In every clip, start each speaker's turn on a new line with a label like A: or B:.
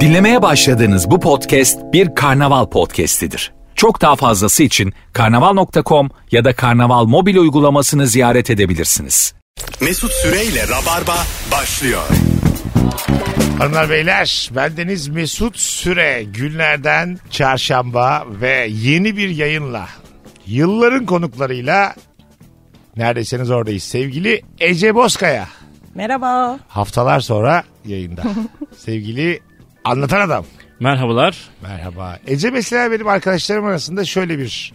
A: Dinlemeye başladığınız bu podcast bir karnaval podcastidir. Çok daha fazlası için karnaval.com ya da karnaval mobil uygulamasını ziyaret edebilirsiniz.
B: Mesut Süreyle Rabarba başlıyor.
C: Hanımlar beyler bendeniz Mesut Süre günlerden çarşamba ve yeni bir yayınla yılların konuklarıyla neredesiniz oradayız sevgili Ece Bozkaya
D: Merhaba.
C: haftalar sonra yayında sevgili anlatan adam
E: Merhabalar.
C: merhaba Ece mesela benim arkadaşlarım arasında şöyle bir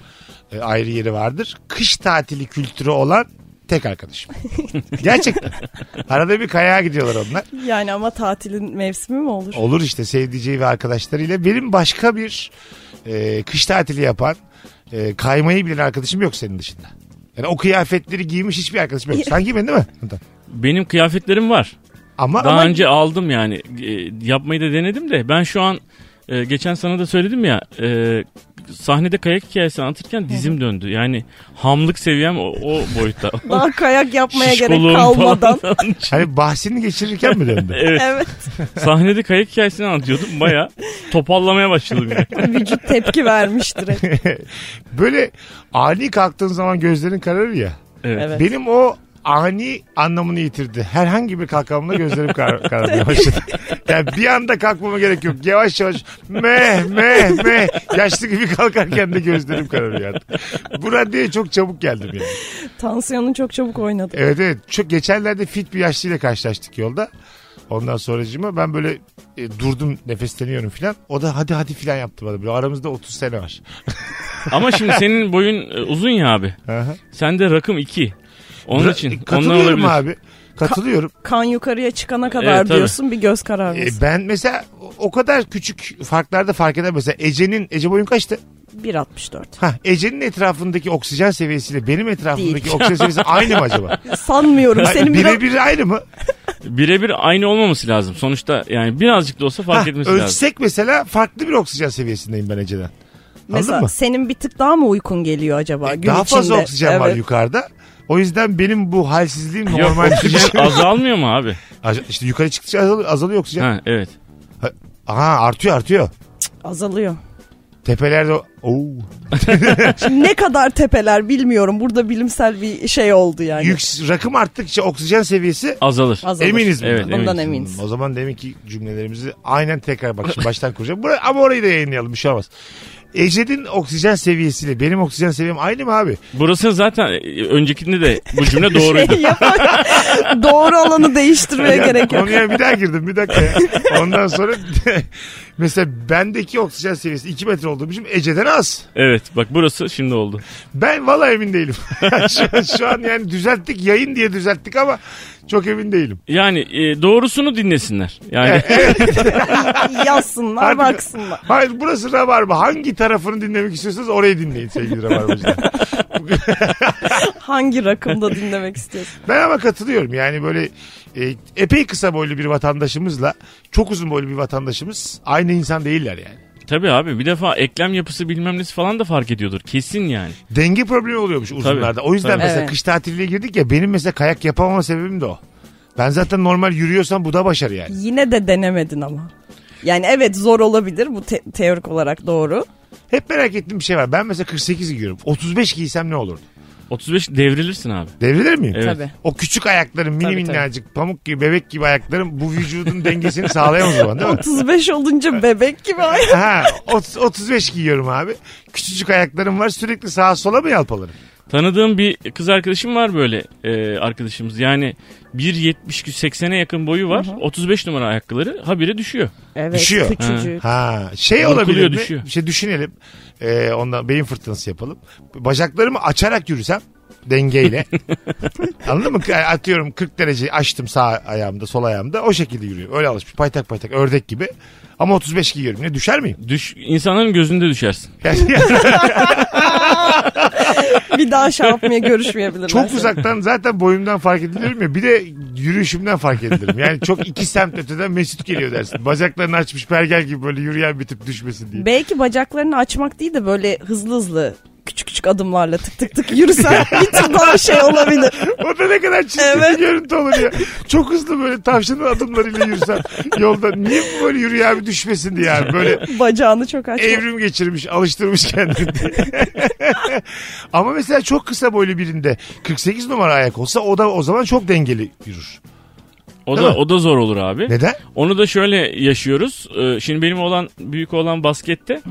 C: e, ayrı yeri vardır kış tatili kültürü olan tek arkadaşım gerçekten arada bir kayağa gidiyorlar onlar
D: Yani ama tatilin mevsimi mi olur?
C: Olur işte sevdiceği ve arkadaşlarıyla. Benim başka bir e, kış tatili yapan e, kaymayı bilen arkadaşım yok senin dışında. Yani o kıyafetleri giymiş hiçbir arkadaşım yok. Sen giymedin değil mi?
E: Benim kıyafetlerim var.
C: Ama,
E: Daha
C: ama
E: önce aldım yani. E, yapmayı da denedim de. Ben şu an e, geçen sana da söyledim ya. e, sahnede kayak hikayesi anlatırken dizim döndü. Yani hamlık seviyem o, o boyutta.
D: Daha kayak yapmaya
E: Şişkoluğum
D: gerek
E: falan.
D: kalmadan.
C: hani bahsini geçirirken mi döndü?
E: evet.
D: evet.
E: Sahnede kayak hikayesini anlatıyordum. Baya topallamaya başladım yani.
D: Vücut tepki vermiş direkt.
C: Böyle ani kalktığın zaman gözlerin kararır ya.
E: Evet.
D: Evet.
C: Benim o ani anlamını yitirdi. Herhangi bir kalkamamda gözlerim kar- kararmaya başladı. Yani bir anda kalkmama gerek yok. Yavaş yavaş meh meh meh yaşlı gibi kalkarken de gözlerim kararıyor artık. Bu raddeye çok çabuk geldim yani.
D: Tansiyonun çok çabuk oynadı.
C: Evet evet. Çok geçenlerde fit bir yaşlıyla karşılaştık yolda. Ondan sonracığıma ben böyle e, durdum nefesleniyorum filan. O da hadi hadi filan yaptı bana. Böyle aramızda 30 sene var.
E: Ama şimdi senin boyun e, uzun ya abi.
C: Aha.
E: Sende rakım 2. Onun için. Ondan
C: Katılıyorum
E: olabilir.
C: abi. Katılıyorum.
D: Kan yukarıya çıkana kadar
E: Evet, tabii.
D: diyorsun bir göz kararması.
C: E, ben mesela o- o kadar küçük farklarda fark eder. Mesela Ece'nin, Ece boyun kaçtı?
D: 1.64.
C: Ha, Ece'nin etrafındaki oksijen seviyesiyle benim etrafımdaki oksijen seviyesi aynı mı acaba?
D: Sanmıyorum. Senin bir
C: Birebir ayrı mı?
E: Birebir aynı olmaması lazım. Sonuçta yani birazcık da olsa fark
C: Ha,
E: etmesi lazım.
C: ölçsek mesela farklı bir oksijen seviyesindeyim ben Ece'den. Anladın
D: mesela
C: mı? E,
D: senin bir tık daha mı uykun geliyor acaba gün
C: Daha
D: içinde?
C: fazla oksijen var
D: Evet.
C: yukarıda. O yüzden benim bu halsizliğim
E: Yok
C: normal. şey
E: oksijen azalmıyor mu abi?
C: işte yukarı çıktıkça azalıyor, azalıyor oksijen.
E: Ha, evet.
C: Aha artıyor artıyor.
D: Azalıyor.
C: Tepelerde Oo.
D: Şimdi ne kadar tepeler bilmiyorum. Burada bilimsel bir şey oldu yani.
C: Yüks- rakım arttıkça oksijen seviyesi
E: Azalır.
D: Azalır.
C: Eminiz mi?
E: Evet,
D: Bundan
E: eminiz.
D: eminiz.
C: Hmm, O zaman demek ki cümlelerimizi aynen tekrar bak şimdi baştan kuracağım. Bura- ama orayı da yayınlayalım bir şey olmaz. Ece'nin oksijen seviyesiyle benim oksijen seviyem aynı mı abi?
E: Burası zaten e, öncekinde de bu cümle doğruydu.
D: Şey Doğru alanı değiştirmeye
C: Ya,
D: gerek yok.
C: Konuya bir daha girdim bir dakika ya. Ondan sonra mesela bendeki oksijen seviyesi 2 metre olduğum için Ece'den az.
E: evet bak burası şimdi oldu.
C: Ben valla emin değilim. şu, an- şu an yani düzelttik yayın diye düzelttik ama çok emin değilim.
E: Yani e, doğrusunu dinlesinler. Yani
D: Yazsınlar
C: Hadi.
D: baksınlar.
C: Hayır burası Rabarba. Hangi tarafını dinlemek istiyorsanız orayı dinleyin sevgili Rabarbacılar.
D: Hangi rakımda dinlemek istiyorsun?
C: Ben ama katılıyorum yani böyle e, epey kısa boylu bir vatandaşımızla çok uzun boylu bir vatandaşımız aynı insan değiller yani.
E: tabii abi bir defa eklem yapısı bilmem nesi falan da fark ediyordur. Kesin yani.
C: Denge problemi oluyormuş uzunlarda. o yüzden
E: tabii.
C: mesela
D: Evet.
C: kış tatiline girdik ya benim mesela kayak yapamama sebebim de o. Ben zaten normal yürüyorsam bu da başarı yani.
D: Yine de denemedin ama. Yani evet zor olabilir bu te- teorik olarak doğru.
C: Hep merak ettiğim bir şey var. Ben mesela 48 giyiyorum. 35 giysem ne olurdu?
E: 35 devrilirsin abi.
C: Devrilir miyim?
E: Evet.
D: Tabii.
C: O küçük ayaklarım mini
D: Tabii,
C: minnacık pamuk gibi bebek gibi ayaklarım bu vücudun dengesini sağlayamaz o zaman değil mi?
D: 35 olunca bebek gibi ay.
C: Ha, 30, 35 giyiyorum abi. Küçücük ayaklarım var sürekli sağa sola mı yalpalarım?
E: Tanıdığım bir kız arkadaşım var böyle e, arkadaşımız. Yani 1.70-80'e yakın boyu var. 35 numara ayakkabıları habire düşüyor.
D: Evet
C: Düşüyor.
D: küçücük.
C: Ha, şey
E: Burkuluyor,
C: olabilir mi?
E: düşüyor.
C: Bir şey düşünelim. Ee, ondan beyin fırtınası yapalım. Bacaklarımı açarak yürüsem dengeyle. Anladın mı? Yani Atıyorum 40 derece açtım sağ ayağımda, sol ayağımda. O şekilde yürüyorum. Öyle alışmış. Paytak paytak ördek gibi. Ama 35 giyiyorum. Ne düşer miyim?
E: Düş, insanların gözünde düşersin.
C: Yani
D: Bir daha şey yapmaya görüşmeyebilirler.
C: çok uzaktan zaten boyumdan fark edilirim ya. Bir de yürüyüşümden fark edilirim. Yani çok iki semt öteden Mesut geliyor dersin. Bacaklarını açmış pergel gibi böyle yürüyen bir tip düşmesin diye.
D: Belki bacaklarını açmak değil de böyle hızlı hızlı küçük küçük adımlarla tık tık tık yürüsen bir tık daha şey olabilir.
C: O da ne kadar çirkin bir
D: Evet.
C: görüntü olur ya. Çok hızlı böyle tavşanın adımlarıyla yürüsen yolda. Niye bu böyle yürüyor abi düşmesin diye abi. Böyle
D: Bacağını çok açma.
C: evrim geçirmiş, alıştırmış kendini. Ama mesela çok kısa boylu birinde 48 numara ayak olsa o da o zaman çok dengeli yürür.
E: O
C: Değil
E: da
C: mi?
E: o da zor olur abi.
C: Neden?
E: Onu da şöyle yaşıyoruz. Ee, Şimdi benim olan büyük olan baskette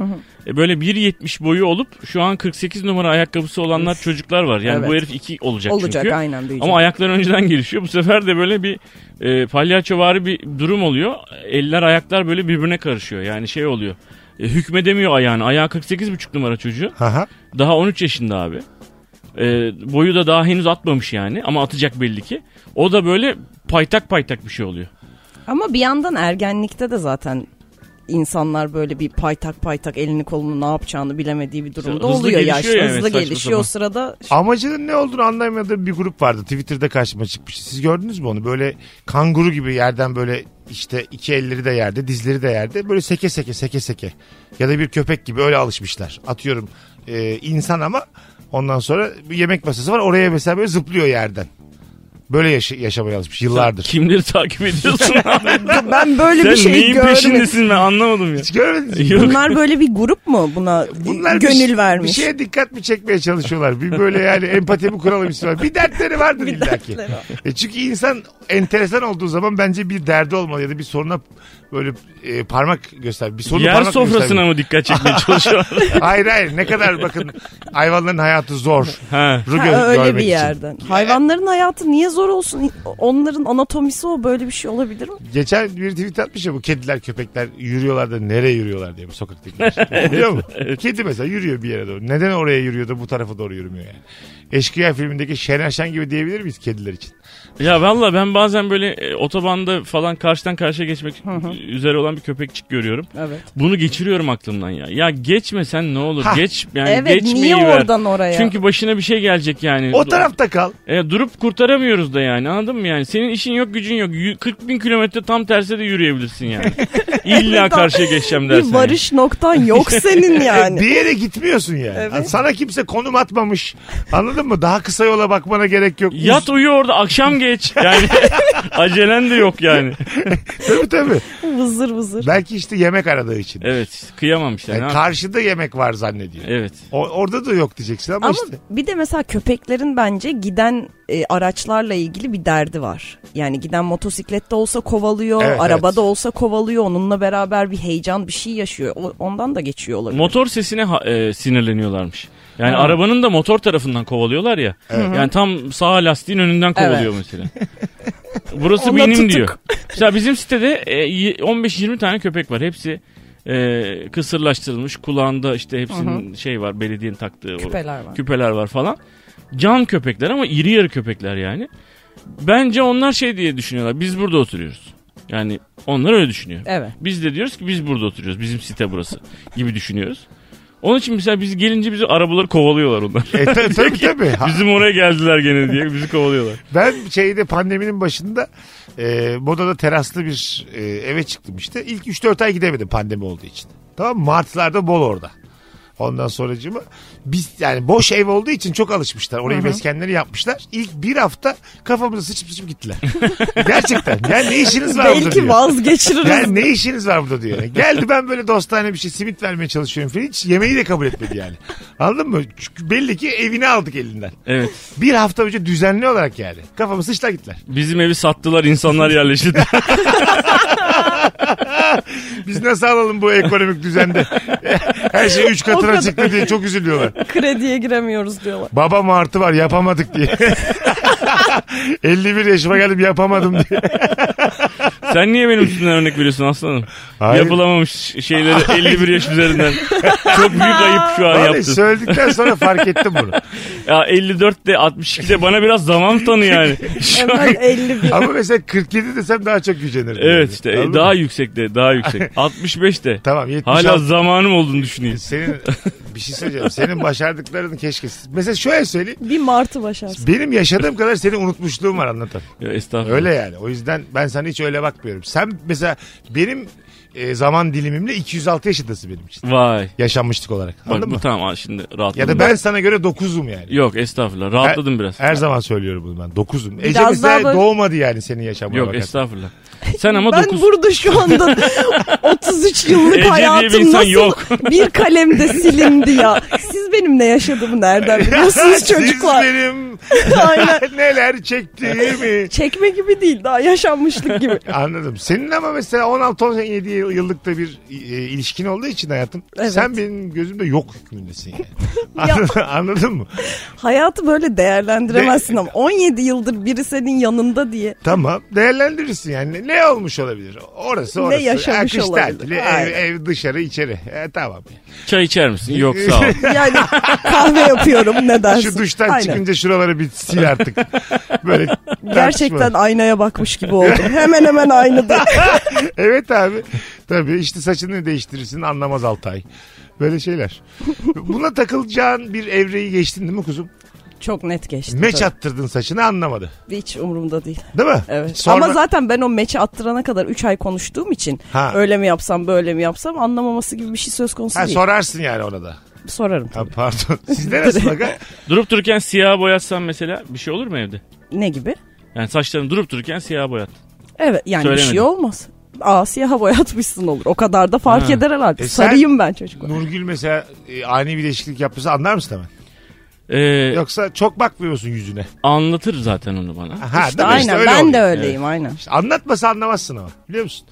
E: e, böyle 1.70 boyu olup şu an 48 numara ayakkabısı olanlar çocuklar var. Yani
D: Evet.
E: bu herif 2 olacak,
D: Olacak
E: çünkü.
D: aynen büyüyecek.
E: Ama ayaklar önceden gelişiyor. Bu sefer de böyle bir e, palyaçovari bir durum oluyor. Eller ayaklar böyle birbirine karışıyor. Yani şey oluyor. E, hükmedemiyor ayağını. Ayağı 48,5 numara çocuğu.
C: Aha.
E: Daha 13 yaşında abi. E, boyu da daha henüz atmamış yani. Ama atacak belli ki. O da böyle paytak paytak bir şey oluyor.
D: Ama bir yandan ergenlikte de zaten insanlar böyle bir paytak paytak elini kolunu ne yapacağını bilemediği bir durumda
E: Hızlı
D: oluyor
E: gelişiyor
D: yaşlı.
E: ya, evet,
D: hızlı
E: saçma
D: gelişiyor o
E: sapan.
D: sırada.
C: Amacının ne olduğunu anlamadığım bir grup vardı. Twitter'da karşıma çıkmış. Siz gördünüz mü onu? Böyle kanguru gibi yerden böyle işte iki elleri de yerde, dizleri de yerde. Böyle seke seke seke seke. Ya da bir köpek gibi öyle alışmışlar. Atıyorum e, insan ama ondan sonra bir yemek masası var. Oraya mesela böyle zıplıyor yerden. Böyle yaşa- yaşamaya alışmış yıllardır.
E: Kimleri takip ediyorsun abi?
D: Ben böyle
E: Sen
D: bir şey
E: neyin
D: görmedim.
E: peşindesin ben anlamadım ya.
C: Hiç görmediniz mi?
E: Yok.
D: Bunlar böyle bir grup mu buna
C: Bunlar bir
D: gönül
C: şey-
D: vermiş?
C: Bir şeye dikkat mi çekmeye çalışıyorlar? Bir böyle yani empati mi kuralım istiyorlar? Bir dertleri vardır
D: Bir
C: illa ki.
D: dertleri var.
C: E çünkü insan enteresan olduğu zaman bence bir derdi olmalı ya da bir soruna böyle e, parmak göster. Bir sorunu
E: Yer
C: parmak
E: sofrasına
C: göstermiyor.
E: mı dikkat çekmeye çalışıyor?
C: Hayır hayır ne kadar bakın hayvanların hayatı zor.
E: ha.
C: Ru
D: Ha,
C: gö-
D: öyle
C: görmek
D: bir
C: için.
D: yerden. Hayvanların hayatı niye zor olsun? Onların anatomisi o böyle bir şey olabilir mi?
C: Geçen bir tweet atmış ya bu kediler köpekler yürüyorlar da nereye yürüyorlar diye bu sokaktakiler. Biliyor musun? Kedi mesela yürüyor bir yere doğru. Neden oraya yürüyor da bu tarafa doğru yürümüyor yani? Eşkıya filmindeki Şener Şen gibi diyebilir miyiz kediler için?
E: Ya valla ben bazen böyle e, otobanda falan karşıdan karşıya geçmek üzere olan bir köpekçik görüyorum.
D: Evet.
E: Bunu geçiriyorum aklımdan ya. Ya geçme sen ne olur.
C: Ha.
E: Geç yani
D: evet niye
E: geçmeyi ver.
D: oradan oraya?
E: Çünkü başına bir şey gelecek yani.
C: O tarafta kal.
E: E, durup kurtaramıyoruz da yani anladın mı yani? Senin işin yok gücün yok. Yü- 40 bin kilometre tam terse de yürüyebilirsin yani. İlla karşıya geçeceğim dersen. E,
D: bir varış noktan yok senin yani.
C: E, Bir yere gitmiyorsun yani.
D: Evet.
C: Sana kimse konum atmamış. Anladın mı? Daha kısa yola bakmana gerek yok.
E: Yat uyu orada akşam geç. Yani acelen de yok yani.
C: Tabii tabii.
D: vızır vızır.
C: Belki işte yemek aradığı için.
E: Evet kıyamamışlar.
C: Yani
E: ne yap-
C: karşıda yemek var zannediyor.
E: Evet.
C: O- orada da yok diyeceksin ama,
D: Ama
C: işte.
D: bir de mesela köpeklerin bence giden e, araçlarla ilgili bir derdi var. Yani giden motosiklette olsa kovalıyor,
C: Evet,
D: arabada
C: evet.
D: olsa kovalıyor. Onunla beraber bir heyecan, bir şey yaşıyor. O- ondan da geçiyor olabilir.
E: Motor sesine ha- e, sinirleniyorlarmış. Yani arabanın da motor tarafından kovalıyorlar ya. Yani tam sağ lastiğin önünden kovalıyor mesela. Burası
D: Ona
E: benim
D: tutuk.
E: diyor. Mesela bizim sitede e, y- 15-20 tane köpek var. Hepsi e, kısırlaştırılmış. Kulağında işte hepsinin şey var. Belediyenin taktığı o-
D: Küpeler var.
E: küpeler var falan. Can köpekler ama iri yarı köpekler yani. Bence onlar şey diye düşünüyorlar. Biz burada oturuyoruz. Yani onlar öyle düşünüyor.
D: Evet.
E: Biz de diyoruz ki biz burada oturuyoruz. Bizim site burası gibi düşünüyoruz. Onun için mesela biz gelince bizi arabaları kovalıyorlar onlar.
C: E, ta- tabii tabii. Ha-
E: Bizim oraya geldiler gene diye bizi kovalıyorlar.
C: Ben şeyde pandeminin başında e, Moda'da teraslı bir e, eve çıktım işte. İlk 3-4 ay gidemedim pandemi olduğu için. Tamam mı? Martlarda bol orada. Ondan sonracığıma biz yani boş ev olduğu için çok alışmışlar. Orayı meskenleri yapmışlar. İlk bir hafta kafamıza sıçıp sıçıp gittiler. Gerçekten. Yani ne işiniz var burada
D: Belki
C: diyor.
D: vazgeçiririz.
C: Yani ne işiniz var burada diyor. Geldi ben böyle dostane bir şey simit vermeye çalışıyorum falan. Hiç yemeği de kabul etmedi yani. Anladın mı? Çünkü belli ki evini aldık elinden.
E: Evet.
C: Bir hafta önce düzenli olarak yani. Kafamı sıçla gittiler.
E: Bizim evi sattılar insanlar yerleşti.
C: Biz nasıl alalım bu ekonomik düzende? Her şey üç
D: O
C: katına
D: kadar.
C: çıktı diye çok üzülüyorlar.
D: Krediye giremiyoruz diyorlar.
C: Baba martı var yapamadık diye. 51 yaşıma geldim yapamadım diye.
E: Sen niye benim üstümden örnek veriyorsun aslanım?
C: Hayır.
E: Yapılamamış şeyleri 51 yaş üzerinden. Çok büyük ayıp şu an
C: Vallahi
E: yaptın.
C: söyledikten sonra fark ettim bunu.
E: Ya 54 de 62 de bana biraz zaman tanı yani. Şu an-
D: Hemen 51.
C: Ama mesela 47 desem daha çok gücenirdim.
E: Evet işte e,
C: Anladın mı?
E: daha yüksek de daha yüksek. 65 de.
C: Tamam 76.
E: Hala zamanım olduğunu düşünüyorsun.
C: Senin bir şey söyleyeceğim. Senin başardıkların keşke. Mesela şöyle söyleyeyim.
D: Bir martı başarsın.
C: Benim yaşadığım kadar seni unutmuşluğum var anlatan.
E: Ya estağfurullah.
C: Öyle yani. O yüzden ben sana hiç öyle bakmıyorum. bakmıyorum. Sen mesela benim e, zaman dilimimle 206 yaşındasın benim için.
E: Vay.
C: Yaşanmışlık olarak.
E: Bak
C: Anladın
E: bu
C: mı?
E: tamam ha, şimdi rahatladım.
C: Ya da ben sana göre 9'um yani.
E: Yok estağfurullah rahatladım
C: her,
E: biraz.
C: Her zaman söylüyorum bunu ben. 9'um. Ece
D: Biraz
C: mesela
D: daha böyle-
C: doğmadı yani senin yaşamına
E: Yok
C: bakarsan.
E: estağfurullah. Sen ama
D: ben
E: dokuz...
D: burada şu anda 33 yıllık
E: Ece diye bir
D: hayatım
E: insan
D: nasıl
E: yok.
D: bir kalemde silindi ya. Siz benim ne yaşadığımı nereden biliyorsunuz çocuklar?
C: Siz benim
D: Aynen.
C: neler çektiğimi.
D: Çekme gibi değil daha yaşanmışlık gibi.
C: Anladım. Senin ama mesela 16-17 yıllıkta bir e, ilişkin olduğu için hayatım.
D: Evet.
C: Sen benim gözümde yok hükmündesin yani. Anladın, anladın mı?
D: Hayatı böyle değerlendiremezsin ama 17 yıldır biri senin yanında diye.
C: Tamam. Değerlendirirsin yani. Ne olmuş olabilir? Orası
D: Ne
C: orası.
D: yaşamış
C: Kış
D: olabilir?
C: tatili, ev,
D: Aynen.
C: ev dışarı içeri. E, tamam.
E: Çay içer misin? Yok sağ ol.
D: Yani kahve yapıyorum ne dersin?
C: Şu duştan
D: Aynen.
C: çıkınca şuraları bir sil artık. Böyle
D: Gerçekten
C: tartışmalar.
D: aynaya bakmış gibi oldum. Hemen hemen aynıda.
C: Evet abi. Tabii işte saçını değiştirirsin anlamaz Altay. Böyle şeyler. Buna takılacağın bir evreyi geçtin değil mi kuzum?
D: Çok net geçti.
C: Meç
D: tabii.
C: attırdın saçını anlamadı.
D: Hiç umurumda değil.
C: Değil mi?
D: Evet.
C: Sorma-
D: Ama zaten ben o meçe attırana kadar 3 ay konuştuğum için
C: Ha.
D: öyle mi yapsam böyle mi yapsam anlamaması gibi bir şey söz konusu
C: Ha,
D: değil.
C: sorarsın yani ona da.
D: Sorarım.
C: Ha, pardon. Sizde nasıl baka?
E: Durup dururken siyah boyatsan mesela bir şey olur mu evde?
D: Ne gibi?
E: Yani saçlarını durup dururken siyah boyat.
D: Evet yani bir şey
E: Söylemedim.
D: olmaz. Aa siyaha boyatmışsın olur. O kadar da fark
E: Ha.
D: eder herhalde.
C: E sen-
D: Sarıyım ben çocuklar.
C: Nurgül mesela e, ani bir değişiklik yaptıysa anlar mısın hemen?
E: Ee,
C: Yoksa çok bakmıyorsun yüzüne.
E: anlatır zaten onu bana.
C: Ha,
D: İşte
C: değil mi?
D: aynen
C: İşte öyle
D: ben de
C: oluyor.
D: öyleyim aynen.
C: İşte anlatmasa anlamazsın ama. Biliyor musun?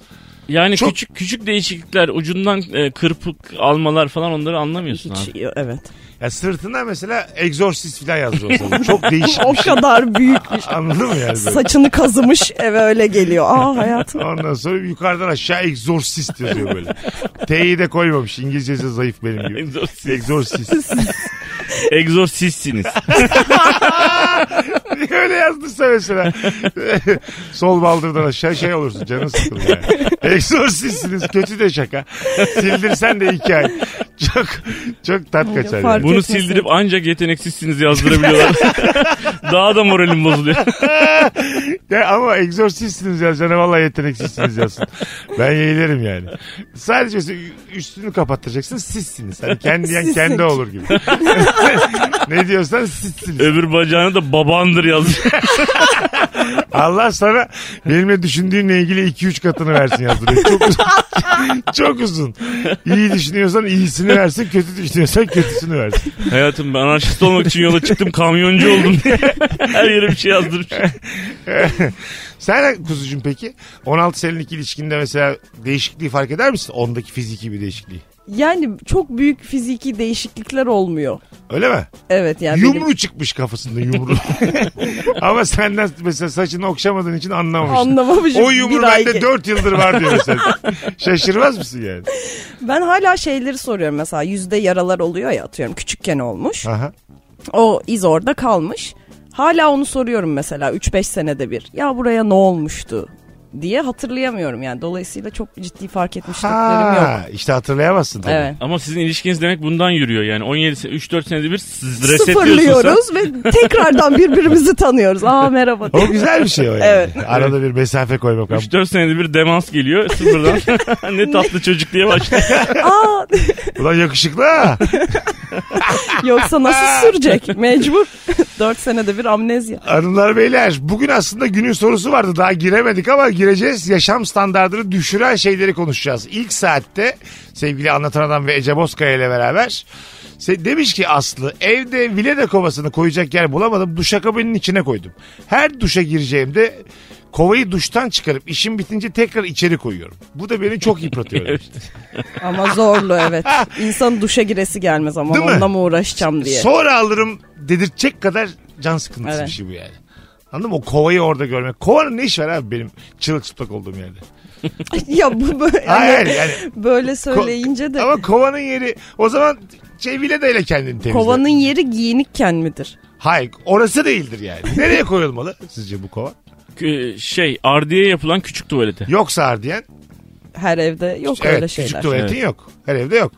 E: Yani
C: Çok-
E: küçük küçük değişiklikler, ucundan e, kırpık almalar falan onları anlamıyorsun
D: Hiç
E: abi.
D: evet.
C: Ya sırtına mesela egzorsist falan yazıyor. o zaman. çok değişik. şey.
D: O kadar büyükmüş.
C: Anladın mı yani? böyle?
D: Saçını kazımış eve öyle geliyor. Aa hayatım.
C: Ondan sonra yukarıdan aşağı egzorsist yazıyor böyle. T'yi de koymamış. İngilizcesi zayıf benim gibi.
E: Egzorsist.
C: Egzorsist.
E: Egzorsistsiniz.
C: Niye Öyle yazdıysa mesela. Sol baldırdan aşağı şey olursun. Canın sıkılır yani. Egzorsistsiniz. Kötü de şaka. Sildirsen de iki ay. Çok, çok tat kaçar. yani.
D: fark-
E: Bunu
D: etmesin.
E: sildirip ancak yeteneksizsiniz yazdırabiliyorlar. Daha da moralim bozuluyor.
C: Ya ama egzorsistsiniz yazacağına vallahi yeteneksizsiniz yazsın. Ben yeğlerim yani. Sadece mesela üstünü kapattıracaksın sizsiniz. Hani kendi yan
D: Sizsiniz.
C: kendi olur gibi. ne diyorsan sizsiniz.
E: Öbür bacağını da babandır yazmış.
C: Allah sana benimle düşündüğünle ilgili 2-3 katını versin yazdırıyor. Çok uzun. Çok uzun. İyi düşünüyorsan iyisini versin. Kötü düşünüyorsan kötüsünü versin.
E: Hayatım ben anarşist olmak için yola çıktım kamyoncu oldum diye. Her yere bir şey yazdırmış.
C: Sen kuzucuğum peki 16 senelik ilişkinde mesela değişikliği fark eder misin? Ondaki fiziki bir değişikliği.
D: Yani çok büyük fiziki değişiklikler olmuyor.
C: Öyle mi?
D: Evet yani
C: yumru
D: benim
C: çıkmış kafasında yumru. Ama senden mesela saçını okşamadığın için anlamamışsın.
D: anlamamışım.
C: O
D: bir
C: yumru
D: ay
C: bende
D: ge-
C: 4 yıldır var diyor mesela. Şaşırmaz mısın yani?
D: Ben hala şeyleri soruyorum mesela yüzde yaralar oluyor ya atıyorum küçükken olmuş.
C: Aha.
D: O iz orada kalmış. Hala onu soruyorum mesela 3-5 senede bir. Ya buraya ne olmuştu diye hatırlayamıyorum yani. Dolayısıyla çok ciddi fark etmişliklerim yok.
C: Ha, işte hatırlayamazsın tabii.
D: Evet.
E: Ama sizin ilişkiniz demek bundan yürüyor yani. 17 sene, 3-4 senede bir siz reset diyorsun sen.
D: Sıfırlıyoruz ve tekrardan birbirimizi tanıyoruz. Aa merhaba.
C: O güzel bir şey o yani.
D: Evet.
C: Arada bir mesafe koymak.
E: 3-4 senede bir demans geliyor sıfırdan. ne tatlı çocuk diye başlıyor.
D: Aa
C: Ulan yakışıklı ha.
D: yoksa nasıl sürecek? Mecbur. 4 senede bir amnezya.
C: Hanımlar beyler bugün aslında günün sorusu vardı daha giremedik ama gireceğiz. Yaşam standartını düşüren şeyleri konuşacağız. İlk saatte sevgili anlatan adam ve Ece Bozkaya ile beraber se- demiş ki Aslı evde vileda kovasını koyacak yer bulamadım duşakabinin içine koydum. Her duşa gireceğimde kovayı duştan çıkarıp işim bitince tekrar içeri koyuyorum. Bu da beni çok yıpratıyor. demiş.
D: Ama zorlu evet. İnsan duşa giresi gelmez ama
C: Değil mi?
D: onunla mı uğraşacağım diye.
C: Sonra alırım dedirtecek kadar can sıkıntısı
D: Evet.
C: bir şey bu yani. Anladın mı? O kovayı orada görmek. Kovanın ne işi var abi benim çığlık çıplak olduğum yerde?
D: ya bu böyle,
C: Hayır yani.
D: böyle
C: ko-
D: söyleyince de
C: Ama kovanın yeri o zaman şey de ile kendini temizle.
D: kovanın yeri giyinikken midir?
C: Hayır orası değildir yani. Nereye koyulmalı sizce bu kova?
E: Ee, Şey ardiye yapılan küçük tuvalete.
C: Yoksa ardiyen.
D: Her evde yok öyle
C: Evet
D: şeyler.
C: küçük tuvaletin yok. Her evde yok.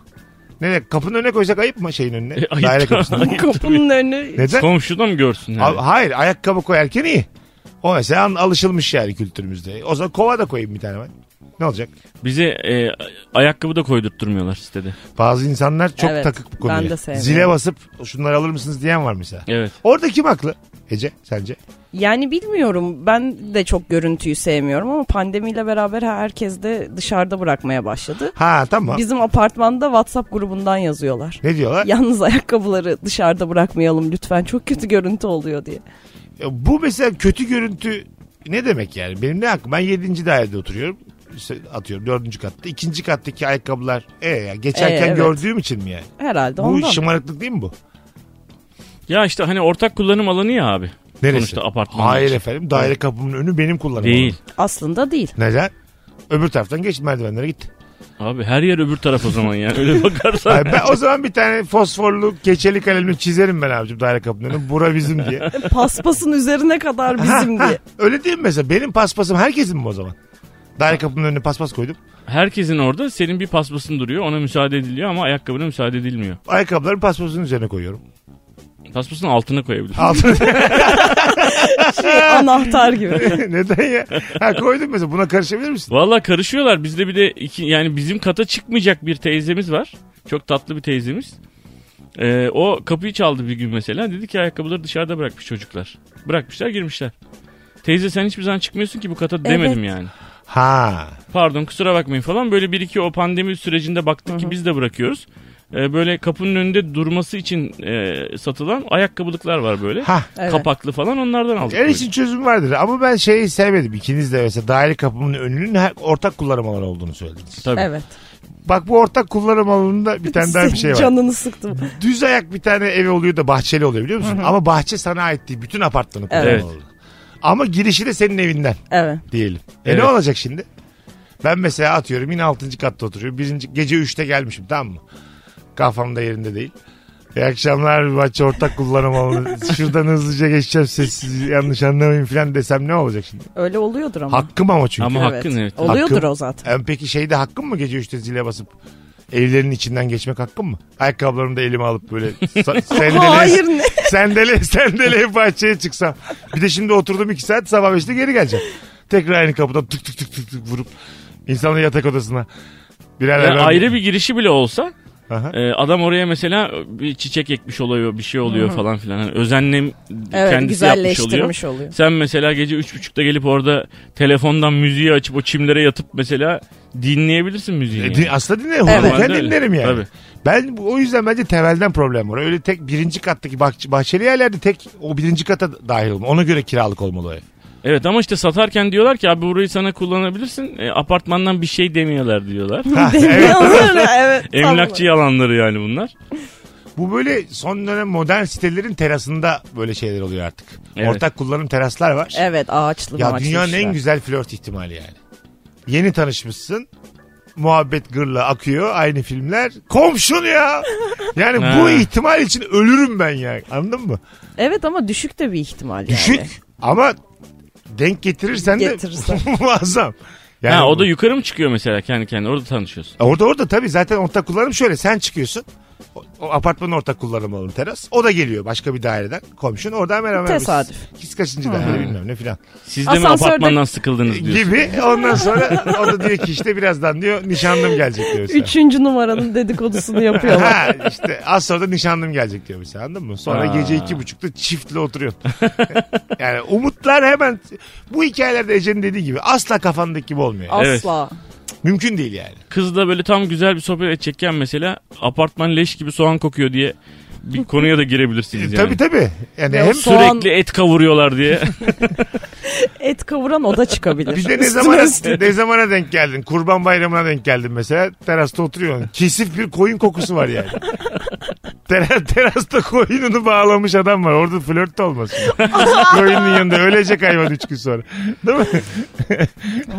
C: Nereye? Kapının önüne koysak ayıp mı şeyin önüne?
E: E, ayıp
C: Daire
E: tabii.
C: kapısına.
E: Ayıp tabii.
D: Kapının önü
C: Neden?
E: Komşuda mı görsün? yani?
C: A- Hayır ayakkabı koyarken iyi. O mesela an- alışılmış yani kültürümüzde. O zaman kova da koyayım bir tane ben. Ne olacak?
E: Bize e, ayakkabı da koydurtturmuyorlar sitede.
C: Bazı insanlar çok
D: Evet,
C: takık bu konuya.
D: ben de sevmiyorum.
C: Zile basıp şunları alır mısınız diyen var mesela.
E: Evet.
C: Orada kim haklı? Ece sence?
D: Yani bilmiyorum ben de çok görüntüyü sevmiyorum ama pandemiyle beraber herkes de dışarıda bırakmaya başladı.
C: Ha tamam.
D: Bizim apartmanda WhatsApp grubundan yazıyorlar.
C: Ne diyorlar?
D: Yalnız ayakkabıları dışarıda bırakmayalım lütfen çok kötü görüntü oluyor diye.
C: Ya Bu mesela kötü görüntü ne demek yani? Benim ne hakkım? Ben 7. dairede oturuyorum. İşte Atıyorum dördüncü katta. ikinci kattaki ayakkabılar. E ya geçerken
D: E, evet.
C: gördüğüm için mi yani?
D: Herhalde
C: Bu
D: ondan.
C: şımarıklık değil mi bu?
E: Ya işte hani ortak kullanım alanı ya abi.
C: Neresi?
E: Sonuçta apartman.
C: Hayır efendim. Daire kapımın önü benim kullanım.
E: Değil.
D: Aslında değil.
C: alanım. Neden? Öbür taraftan geç merdivenlere git.
E: Abi her yer öbür taraf o zaman ya. Öyle bakarsan.
C: Ay ben o zaman bir tane fosforlu keçeli kalemle çizerim ben abicim daire kapının önü. Bura bizim diye.
D: Paspasın üzerine kadar bizim diye.
C: Öyle değil mi mesela? Benim paspasım herkesin mi o zaman? Daire kapının önüne paspas koydum.
E: Herkesin orada senin bir paspasın duruyor. Ona müsaade ediliyor ama ayakkabına müsaade edilmiyor.
C: Ayakkabılarımı paspasın üzerine koyuyorum.
E: Paspasın altına koyabilir.
C: Altını
D: Anahtar gibi.
C: Neden ya? Ha koydum mesela buna karışabilir misin?
E: Valla karışıyorlar. Bizde bir de iki, yani bizim kata çıkmayacak bir teyzemiz var. Çok tatlı bir teyzemiz. Ee, o kapıyı çaldı bir gün mesela. Dedi ki ayakkabıları dışarıda bırakmış çocuklar. Bırakmışlar girmişler. Teyze sen hiçbir zaman çıkmıyorsun ki bu kata demedim yani.
C: Ha.
E: Pardon kusura bakmayın falan. Böyle bir iki o pandemi sürecinde baktık ki biz de bırakıyoruz. Ee, böyle kapının önünde durması için e, satılan ayakkabılıklar var böyle.
C: Ha.
D: Evet.
E: Kapaklı falan onlardan aldık.
C: Her
E: böyle.
C: için çözüm vardır ama ben şeyi sevmedim. İkiniz de mesela daire kapımın önünün her ortak kullanım alanı olduğunu söylediniz.
E: Tabii.
D: Evet.
C: Bak bu ortak kullanım alanında bir tane daha bir şey var.
D: Canını sıktım.
C: Düz ayak bir tane evi oluyor da bahçeli oluyor biliyor musun? Ama bahçe sana ait değil. Bütün apartmanın kullanım
E: Evet.
C: alanı. Ama girişi de senin evinden
D: Evet.
C: diyelim. E
E: Evet.
C: ne olacak şimdi? Ben mesela atıyorum yine 6. katta oturuyorum. Birinci, gece 3'te gelmişim tamam mı? Kafam da yerinde değil. İyi akşamlar maç ortak kullanım alanı. Şuradan hızlıca geçeceğim sessiz yanlış anlamayın falan desem ne olacak şimdi?
D: Öyle oluyordur ama.
C: Hakkım ama çünkü.
E: Ama
D: Evet.
E: hakkın evet.
D: Oluyordur
C: Hakkım.
D: o zaten.
C: Em peki şeyde hakkım mı gece 3'te zile basıp evlerin içinden geçmek hakkım mı? Ayakkabılarımı da elime alıp böyle sa-
D: Hayır
C: sendele,
D: ne?
C: sendele, sendele bahçeye çıksam. Bir de şimdi oturdum 2 saat sabah 5'te geri geleceğim. Tekrar aynı kapıdan tık tık tık tık, tık vurup insanın yatak odasına. Birader
E: Yani
C: ben-
E: ayrı bir girişi bile olsa
C: Aha.
E: e, adam oraya mesela bir çiçek ekmiş oluyor bir şey oluyor falan filan. Hani özenle
D: Evet
E: kendisi yapmış oluyor.
D: güzelleştirmiş oluyor.
E: Sen mesela gece üç buçukta gelip orada telefondan müziği açıp o çimlere yatıp mesela dinleyebilirsin müziği.
C: E,
E: yani.
C: din- aslında dinlerim.
D: Evet.
C: hukukten
E: Normalde öyle.
C: dinlerim yani.
E: Tabii.
C: Ben bu- o yüzden bence temelden problem var. Öyle tek birinci kattaki bahç- bahçeli yerlerde tek o birinci kata dahil olma. Ona göre kiralık olmalı o ev.
E: Evet ama işte satarken diyorlar ki abi burayı sana kullanabilirsin. E, apartmandan bir şey demiyorlar diyorlar.
D: Demiyorlar ya, evet.
E: Emlakçı yalanları yani bunlar.
C: Bu böyle son dönem modern sitelerin terasında böyle şeyler oluyor artık.
E: Evet.
C: Ortak kullanım teraslar var.
D: Tamam. Evet ağaçlı
C: ya
D: maaçlı
C: dünyanın en
D: işler.
C: güzel flört ihtimali yani. Yeni tanışmışsın. Muhabbet gırla akıyor aynı filmler. Komşun ya. Yani bu
E: Ha.
C: ihtimal için ölürüm ben ya. Anladın mı?
D: Evet ama düşük de bir ihtimal yani.
C: Düşük ama denk getirirsen de
D: Getirirsen.
C: muazzam. Yani
E: ha, o
C: bu-
E: da yukarı mı çıkıyor mesela kendi kendine orada tanışıyorsun.
C: Orada orada tabii zaten ortak kullanım şöyle sen çıkıyorsun. O, o apartmanın ortak kullanımı olur teras. O da geliyor başka bir daireden komşun. Oradan merhaba.
D: Tesadüf.
C: Biz kaçıncı daire bilmem ne filan.
E: Siz de mi
D: Asansörde-
E: apartmandan sıkıldınız diyorsun.
C: E, Gibi ondan sonra o da diyor ki işte birazdan diyor nişanlım gelecek diyor mesela.
D: Üçüncü numaranın dedikodusunu yapıyorlar.
C: Ha işte az sonra da nişanlım gelecek diyor mesela anladın mı? Sonra
E: Aa.
C: gece iki buçukta çiftle oturuyorsun. yani umutlar hemen bu hikayelerde Ece'nin dediği gibi asla kafandaki gibi olmuyor.
D: Asla.
C: Mümkün değil yani.
E: Kızla böyle tam güzel bir sohbet edecekken mesela apartman leş gibi soğan kokuyor diye bir konuya da girebilirsiniz yani.
C: E, Tabii tabii. Yani
D: Ya
C: hem
D: soğan-
E: Sürekli et kavuruyorlar diye.
D: Et kavuran o da çıkabilir.
C: Bir de ne
D: Üstüne
C: zamana,
D: üstüne.
C: ne zamana denk geldin? Kurban bayramına denk geldin mesela. Terasta oturuyorsun. Kesif bir koyun kokusu var yani. Ter- terasta koyununu bağlamış adam var. Orada flört de olmaz. Koyunun yanında ölecek hayvan üç gün sonra. Değil mi?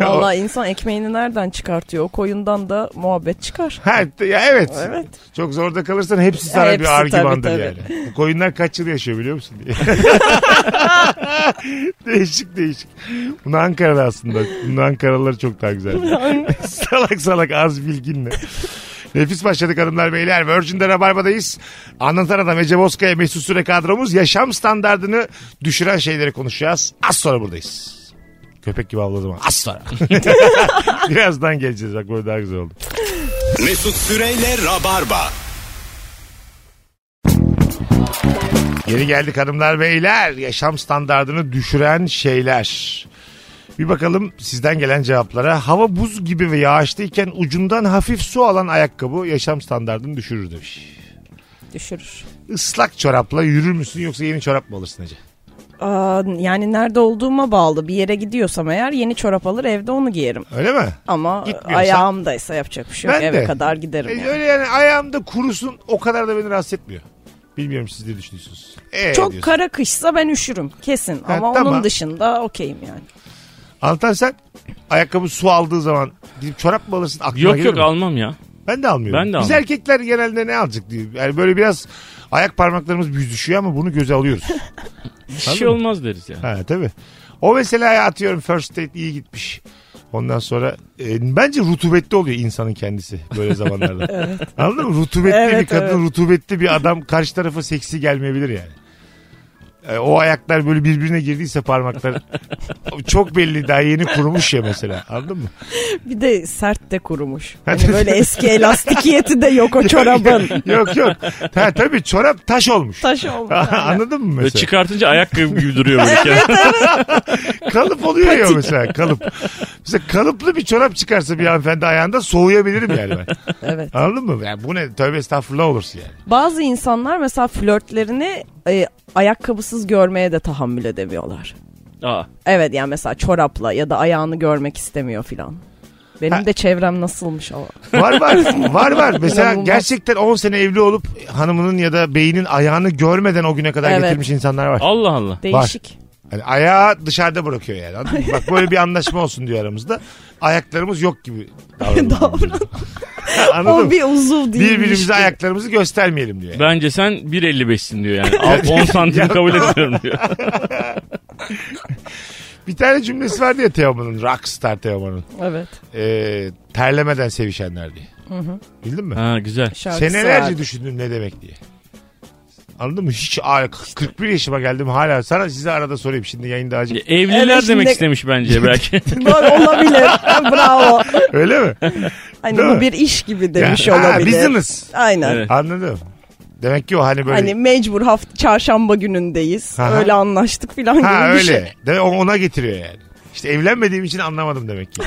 D: Valla insan ekmeğini nereden çıkartıyor? O koyundan da muhabbet çıkar.
C: Ha, te- ya evet.
D: Evet.
C: Çok zorda kalırsan hepsi sana
D: Hepsi
C: bir argümandır
D: tabii,
C: yani.
D: tabii.
C: Bu Koyunlar kaç yıl yaşıyor biliyor musun? diye. değişik değişik. Bunu Ankara'da aslında. Bunu Ankaralılar çok daha güzel. salak salak az bilginle. Nefis başladık hanımlar beyler. Virgin'de Rabarba'dayız. Anlatan Adam Ece Bozkaya Mesut Süre kadromuz. Yaşam standartını düşüren şeyleri konuşacağız. Az sonra buradayız. Köpek gibi avladım. ha. Az sonra. Birazdan geleceğiz. Bak böyle daha güzel oldu.
B: Mesut Süreyle Rabarba.
C: Geri geldik hanımlar beyler. Yaşam standartını düşüren şeyler. Bir bakalım sizden gelen cevaplara. Hava buz gibi ve yağışlıyken ucundan hafif su alan ayakkabı yaşam standartını düşürür demiş.
D: Düşürür.
C: Islak çorapla yürür müsün yoksa yeni çorap mı alırsın Ece?
D: Aa, yani nerede olduğuma bağlı. Bir yere gidiyorsam eğer yeni çorap alır evde onu giyerim.
C: Öyle mi?
D: Ama
C: Gitmiyorsan-
D: ayağımdaysa yapacak bir şey yok.
C: Ben
D: Eve
C: de.
D: kadar
C: E,
D: giderim yani.
C: Öyle yani ayağımda kurusun o kadar da beni rahatsız etmiyor. Bilmiyorum siz ne düşünüyorsunuz? E,
D: Çok
C: diyorsun.
D: kara kışsa ben üşürüm kesin.
C: Ha,
D: Ama
C: tamam.
D: onun dışında okeyim yani.
C: Anlatan sen ayakkabı su aldığı zaman gidip çorap mı alırsın? Aklına
E: Yok
C: gelir
E: yok
C: mi?
E: almam ya.
C: Ben de almıyorum.
E: Ben de
C: Biz
E: almam.
C: erkekler genelde ne alacak diyor. Yani böyle biraz ayak parmaklarımız büzüşüyor ama bunu göze alıyoruz.
E: Bir
C: Anladın
E: şey
C: mı?
E: olmaz deriz ya.
C: ha tabii. O mesela atıyorum first date iyi gitmiş. Ondan sonra e, bence rutubetli oluyor insanın kendisi böyle zamanlarda. Anladın mı? Rutubetli bir
D: Evet,
C: kadın, rutubetli bir adam karşı tarafa seksi gelmeyebilir yani. E, o ayaklar böyle birbirine girdiyse parmaklar çok belli daha yeni kurumuş ya mesela. Anladın mı?
D: Bir de sert de kurumuş. Hani böyle eski elastikiyeti de yok o çorabın.
C: yok yok. Ha, tabii çorap taş olmuş.
D: Taş olmuş. yani.
C: Anladın mı
E: Böyle
C: mesela?
E: çıkartınca ayakkabı gibi duruyor böyle. kenara.
C: kalıp oluyor ya mesela kalıp. Mesela kalıplı bir çorap çıkarsa bir hanımefendi ayağında soğuyabilirim yani ben.
D: Evet.
C: Anladın mı? Yani bu ne? Tövbe estağfurullah olursun yani.
D: Bazı insanlar mesela flörtlerini e, ayakkabısız görmeye de tahammül edemiyorlar.
E: Aa,
D: Evet yani mesela çorapla ya da ayağını görmek istemiyor filan. Benim
C: Ha.
D: de çevrem nasılmış ama.
C: Var var. var var. Mesela
D: İnanılmaz.
C: gerçekten 10 sene evli olup hanımının ya da beyinin ayağını görmeden o güne kadar
D: Evet.
C: getirmiş insanlar var.
E: Allah Allah.
D: Değişik.
C: Yani ayağı dışarıda bırakıyor yani. Anladın mı? Bak böyle bir anlaşma olsun diyor aramızda. Ayaklarımız yok gibi davranalım. Anladın
D: O
C: mı?
D: bir uzuv değil.
C: Birbirimize ayaklarımızı göstermeyelim diyor. yani.
E: Bence sen 1.55'sin diyor yani. Al, 10 santim kabul ediyorum diyor.
C: Bir tane cümlesi vardı ya Teoman'ın. Rockstar Teoman'ın.
D: Evet.
C: e, terlemeden sevişenler diye. Bildin mi?
E: Ha güzel.
D: Şarkısı
C: Senelerce
D: var.
C: düşündüm ne demek diye. Anladın mı? Hiç ay, 41 yaşıma geldim hala. Sana size arada sorayım şimdi yayında acı.
E: Ya, Evliler
D: Evet,
E: demek
D: şimdi-
E: istemiş bence belki.
D: Doğru, olabilir. Bravo.
C: Öyle mi?
D: Hani
C: Değil mi?
D: bu bir iş gibi demiş
C: Ya, ha,
D: olabilir.
C: business.
D: Aynen.
E: Evet.
C: Anladım. Demek ki o hani böyle.
D: Hani mecbur hafta çarşamba günündeyiz.
C: Aha.
D: Öyle anlaştık filan gibi
C: ha
D: bir
C: öyle.
D: şey.
C: Demek o- ona getiriyor yani. İşte evlenmediğim için anlamadım demek ki.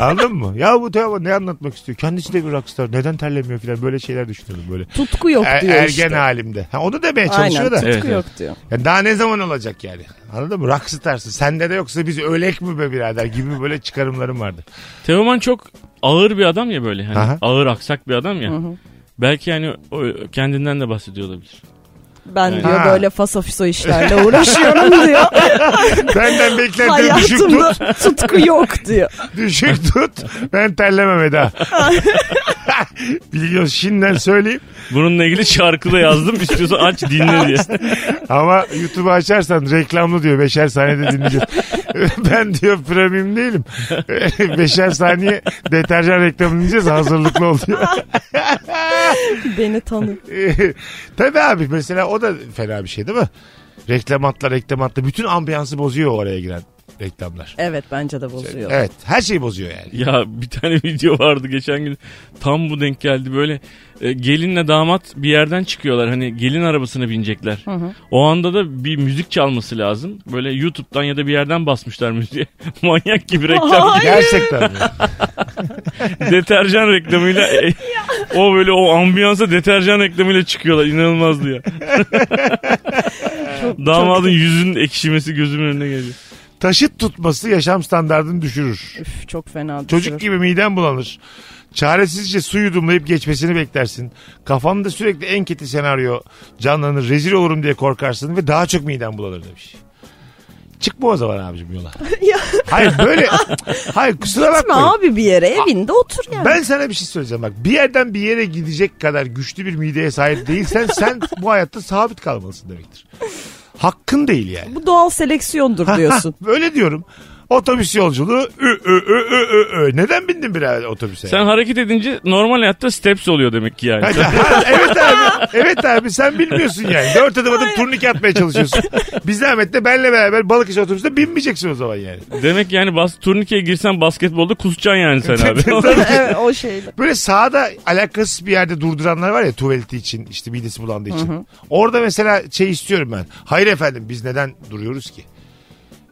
C: Anladın mı? Ya bu Teoman ne anlatmak istiyor? Kendisi de bir rockstar. Neden terlemiyor falan böyle şeyler düşünüyorum böyle.
D: Tutku yok
C: Er-
D: diyor
C: ergen
D: işte.
C: halimde. Ha, onu demeye çalışıyor
D: Aynen
C: da.
D: tutku
E: Evet,
D: yok diyor.
C: Ya daha ne zaman olacak yani? Anladın mı? Rockstarsın. Sende de yoksa biz ölek mi be birader gibi böyle çıkarımlarım vardı.
E: Teoman çok ağır bir adam ya böyle. Hani
C: Aha.
E: Ağır aksak bir adam ya. Belki yani o kendinden de bahsediyor olabilir.
D: Ben
E: Evet.
D: diyor
C: Ha.
D: böyle fasafiso işlerle uğraşıyorum diyor.
C: Benden beklentini düşük tut.
D: Hayatımda tutku yok diyor.
C: Düşük tut. Ben terlemem Eda. Biliyorsun şimdiden söyleyeyim.
E: Bununla ilgili şarkı da yazdım. İstiyorsan aç dinle diye.
C: Ama YouTube'u açarsan reklamlı diyor. Beşer saniyede dinleyeceğiz. ben diyor premium değilim. Beşer saniye deterjan reklamını dinleyeceğiz. Hazırlıklı ol diyor.
D: Beni tanı.
C: Tabii abi mesela o da fena bir şey değil mi? Reklamatla reklamatla bütün ambiyansı bozuyor o oraya giren reklamlar.
D: Evet bence de bozuyor.
C: Evet her şeyi bozuyor yani.
E: Ya bir tane video vardı geçen gün tam bu denk geldi böyle e, gelinle damat bir yerden çıkıyorlar hani gelin arabasına binecekler. O anda da bir müzik çalması lazım böyle YouTube'dan ya da bir yerden basmışlar müziğe manyak gibi reklam
C: Gerçekten. mi?
E: deterjan reklamıyla e, o böyle o ambiyansa deterjan reklamıyla çıkıyorlar inanılmazdı ya. Damadın yüzünün ekşimesi gözümün önüne geliyor.
C: Taşıt tutması yaşam standartını düşürür.
D: Üf, çok fena
C: Çocuk
D: düşürür.
C: gibi miden bulanır. Çaresizce su yudumlayıp geçmesini beklersin. Kafanda sürekli en kötü senaryo canlanır. Rezil olurum diye korkarsın ve daha çok miden bulanır demiş. Çıkma o zaman abicim yola.
D: Ya.
C: Hayır böyle. Hayır kusura
D: Gitme
C: bakmayın.
D: abi bir yere evinde otur yani.
C: Ben sana bir şey söyleyeceğim bak. Bir yerden bir yere gidecek kadar güçlü bir mideye sahip değilsen sen bu hayatta sabit kalmalısın demektir. Hakkın değil yani.
D: Bu doğal seleksiyondur diyorsun.
C: Böyle diyorum. Otobüs yolculuğu ü, ü, ü, ü, ü, ü. Neden bindin birader otobüse?
E: Sen hareket edince normal hayatta steps oluyor demek ki yani.
C: Hayır, ha, evet abi. Evet abi sen bilmiyorsun yani. Dört adım adım turnike atmaya çalışıyorsun. Biz zahmet de benle beraber Balıkesir otobüsüne binmeyeceksin o zaman yani.
E: Demek yani bas turnikeye girsen basketbolda kusacaksın yani sen abi.
D: evet, o şeyle.
C: Böyle sahada alakasız bir yerde durduranlar var ya tuvaleti için işte midesi bulandığı için. Orada mesela şey istiyorum ben. Hayır efendim biz neden duruyoruz ki?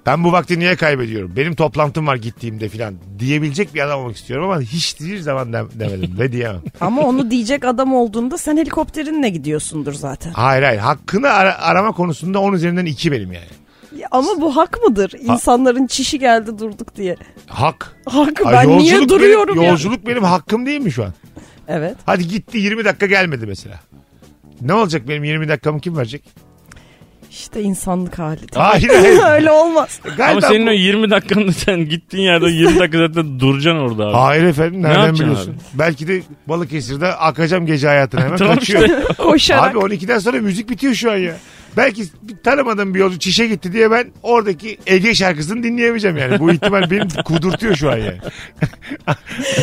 C: Ben bu vakti niye kaybediyorum? Benim toplantım var gittiğimde filan diyebilecek bir adam olmak istiyorum ama hiçbir zaman de- demedim ve diyemem.
D: Ama onu diyecek adam olduğunda sen helikopterinle gidiyorsundur zaten.
C: Hayır hayır hakkını ara- arama konusunda 10 üzerinden 2 benim yani.
D: Ya Ama bu hak mıdır? İnsanların çişi geldi durduk diye.
C: Hak.
D: Hak
C: Ay,
D: ben niye
C: yolculuk
D: duruyorum
C: benim,
D: ya?
C: Yolculuk benim hakkım değil mi şu an?
D: Evet.
C: Hadi gitti 20 dakika gelmedi mesela. Ne olacak benim 20 dakikamı kim verecek?
D: İşte insanlık hali.
C: Hayır hayır.
D: Öyle olmaz.
C: Galiba
E: Ama senin
C: bu-
E: o 20 dakikanda sen gittiğin yerde 20 dakika zaten duracaksın orada abi.
C: Hayır efendim nereden
E: yapacaksın
C: biliyorsun? Belki de Balıkesir'de akacağım gece hayatına hemen
E: Tamam
C: kaçıyor.
D: Koşarak.
C: Abi 12'den sonra müzik bitiyor şu an ya. Belki bir tanımadığım bir yolcu çişe gitti diye ben oradaki Ege şarkısını dinleyemeyeceğim yani. Bu ihtimal beni kudurtuyor şu an yani.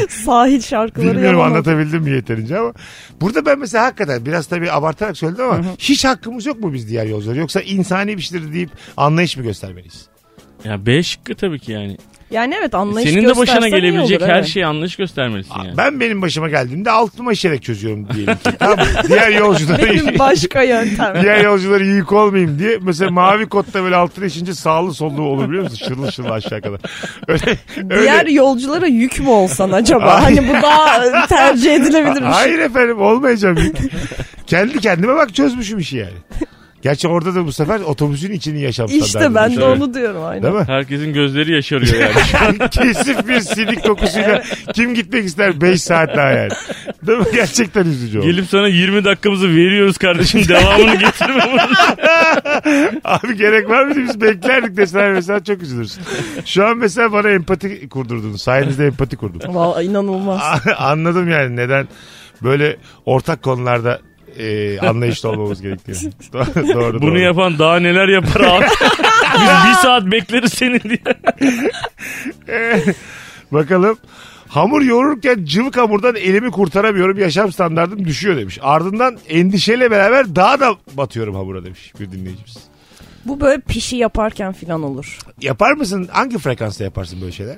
D: Sahil şarkıları
C: Bilmiyorum
D: yalan oldu.
C: anlatabildim mi yeterince ama. Burada ben mesela hakikaten biraz tabii abartarak söyledim ama hiç hakkımız yok mu biz diğer yolcular? Yoksa insani bir şeydir deyip anlayış mı göstermeliyiz?
E: Ya B şıkkı tabii ki yani.
D: Yani evet anlayış
E: Senin de başına
D: göstersen iyi
E: gelebilecek
D: olur,
E: her
D: evet.
C: şey-
E: şeyi anlayış göstermelisin yani.
C: Ben benim başıma geldiğimde altıma işerek çözüyorum diyelim ki. Tamam mı? Diğer yolcuları
D: Benim başka yöntem.
C: Diğer yolculara yük olmayayım diye. Mesela mavi kotta böyle altına işince sağlı sollu olur biliyor musun? Şırıl şırıl aşağı kadar. Öyle, öyle.
D: Diğer yolculara yük mü olsan acaba?
C: Ay.
D: hani bu daha tercih edilebilir bir şey.
C: Hayır efendim olmayacağım. yük. Kendi kendime bak çözmüşüm işi yani. Gerçi orada da bu sefer otobüsün içini yaşamışlar.
D: İşte ben de
E: Evet.
D: onu diyorum
C: Değil
D: aynen.
C: mi?
E: Herkesin gözleri yaşarıyor yani.
C: Kesif bir silik kokusuyla kim gitmek ister 5 saat daha yani. Değil mi? Gerçekten üzücü oldu.
E: Gelip sana 20 dakikamızı veriyoruz kardeşim devamını getirme bunu.
C: Abi gerek var mıydı biz beklerdik deseler mesela çok üzülürsün. Şu an mesela bana empati kurdurdunuz. Sayenizde empati kurdum.
D: Vallahi inanılmaz.
C: A- Anladım yani neden böyle ortak konularda e, anlayışlı olmamız gerekiyor. doğru, doğru.
E: Bunu yapan daha neler yapar abi. Biz bir saat bekleriz seni diye.
C: Bakalım. Hamur yoğururken cıvık hamurdan elimi kurtaramıyorum. Yaşam standartım düşüyor demiş. Ardından endişeyle beraber daha da batıyorum hamura demiş bir dinleyicimiz.
D: Bu böyle pişi yaparken filan olur.
C: Yapar mısın? Hangi frekansta yaparsın böyle şeyler?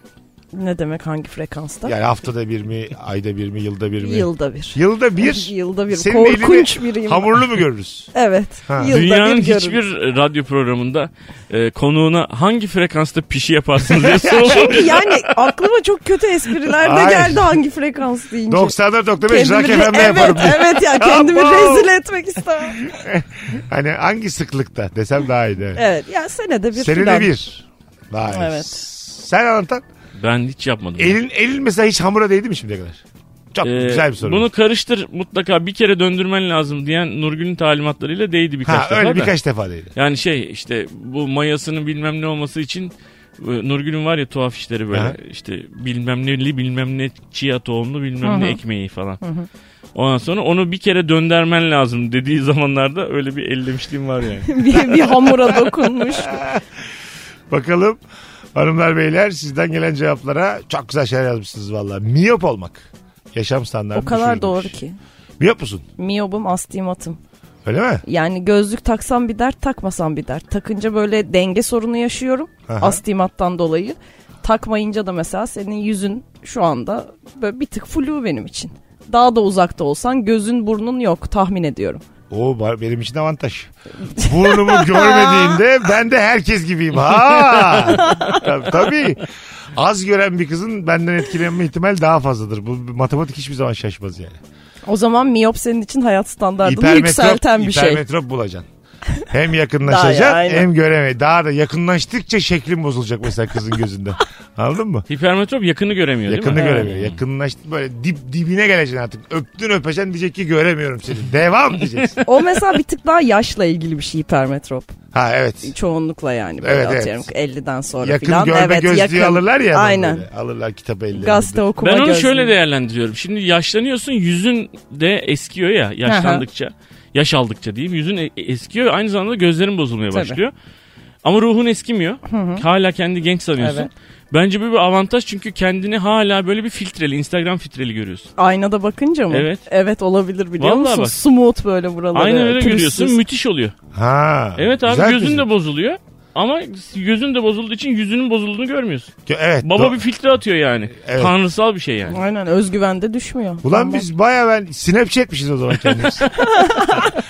D: Ne demek hangi frekansta?
C: Yani haftada bir mi, ayda bir mi, yılda bir mi?
D: Yılda bir.
C: Yılda bir.
D: Yılda bir.
C: Senin
D: Korkunç
C: elini
D: biriyim.
C: Hamurlu mu görürüz?
D: Evet.
C: Ha.
D: Yılda
E: Dünyanın
D: bir görün.
E: hiçbir radyo programında e, konuğuna hangi frekansta pişi yaparsınız diye sorulur.
D: Çünkü yani aklıma çok kötü espriler de
C: Hayır.
D: geldi hangi frekans deyince.
C: 94.5 Rock
D: Kendimi-
C: FM'de
D: evet,
C: yaparım.
D: Evet ya kendimi
C: Abo.
D: rezil etmek istemem.
C: Hani hangi sıklıkta desem daha iyi. Evet.
D: Evet ya senede bir
C: Senede
D: filan.
C: bir. Vay.
D: Evet.
C: Sen anlatan.
E: Ben hiç yapmadım.
C: Elin, elin mesela hiç hamura değdi mi şimdiye kadar? Çok
E: Ee,
C: güzel bir soru.
E: Bunu karıştır mutlaka bir kere döndürmen lazım diyen Nurgül'ün talimatlarıyla değdi birkaç
C: ha,
E: defa
C: öyle
E: da.
C: birkaç defa değdi.
E: Yani şey işte bu mayasının bilmem ne olması için e, Nurgül'ün var ya tuhaf işleri böyle
C: Aha.
E: işte bilmem neli bilmem ne chia tohumlu bilmem ne
D: Hı hı.
E: ekmeği falan. Ondan sonra onu bir kere döndürmen lazım dediği zamanlarda öyle bir ellemişliğim var yani.
D: bir, bir hamura dokunmuş.
C: Bakalım hanımlar beyler sizden gelen cevaplara çok güzel şeyler yazmışsınız valla. Miyop olmak. Yaşam standartı
D: o kadar
C: düşürülmüş.
D: doğru ki.
C: Miyop musun?
D: Miyobum astigmatım.
C: Öyle mi?
D: Yani gözlük taksam bir dert takmasam bir dert. Takınca böyle denge sorunu yaşıyorum.
C: Aha.
D: Astigmattan dolayı. Takmayınca da mesela senin yüzün şu anda böyle bir tık flu benim için. Daha da uzakta olsan gözün burnun yok tahmin ediyorum.
C: Oo bar- benim için avantaj. Burnumu görmediğimde ben de herkes gibiyim. Ha! Tab- Tabii. Az gören bir kızın benden etkilenme ihtimali daha fazladır. Bu bu matematik hiçbir zaman şaşmaz yani.
D: O zaman miyop senin için hayat standartını
C: Hipermetrop-
D: yükselten bir şey.
C: hipermetrop bulacaksın. Hem
D: Daha ya,
C: yakınlaşacaksın
D: aynen.
C: hem göreme. Daha da yakınlaştıkça şeklin bozulacak mesela kızın gözünde. Anladın mı?
E: Hipermetrop yakını göremiyor
C: Yakını
E: değil mi?
C: göremiyor. Yakınlaştı böyle dip dibine geleceksin artık. Öptün öpeceksin diyecek ki göremiyorum seni. Devam diyeceksin.
D: O mesela bir tık daha yaşla ilgili bir şey hipermetrop.
C: Ha evet.
D: Çoğunlukla yani böyle
C: Evet, evet.
D: atıyorum 50'den sonra
C: yakın
D: filan.
C: görme
D: evet,
C: gözlüğü
D: yakın.
C: alırlar ya. adam
D: Aynen.
C: böyle. Alırlar kitabı ellerinde.
D: Gazete okuma
E: Ben onu
D: gözlüğü.
E: şöyle değerlendiriyorum. Şimdi yaşlanıyorsun yüzün de eskiyor ya e, yaşlandıkça. Yaş aldıkça diyeyim yüzün e- eskiyor ve aynı zamanda gözlerin bozulmaya
D: Tabii.
E: başlıyor. Ama ruhun eskimiyor. Hala kendi genç sanıyorsun.
D: Evet.
E: Bence bu bir avantaj çünkü kendini hala böyle bir filtreli, Instagram filtreli görüyorsun.
D: Aynada bakınca mı?
E: Evet.
D: Evet olabilir biliyor
E: Vallahi
D: musun?
E: bak.
D: Smooth böyle buraları.
E: Aynen öyle
D: pürüzsüz.
E: görüyorsun, müthiş oluyor.
C: Ha.
E: Evet abi
C: güzel
E: gözün
C: kızım.
E: de bozuluyor. Ama gözün de bozulduğu için yüzünün bozulduğunu görmüyorsun.
C: Gö- Evet.
E: Baba
C: do-
E: bir filtre atıyor yani.
C: Evet.
E: Tanrısal bir şey yani.
D: Aynen özgüven de düşmüyor.
C: Ulan
D: Tamam.
C: biz baya ben Snapchat'mişiz o zaman kendimiz.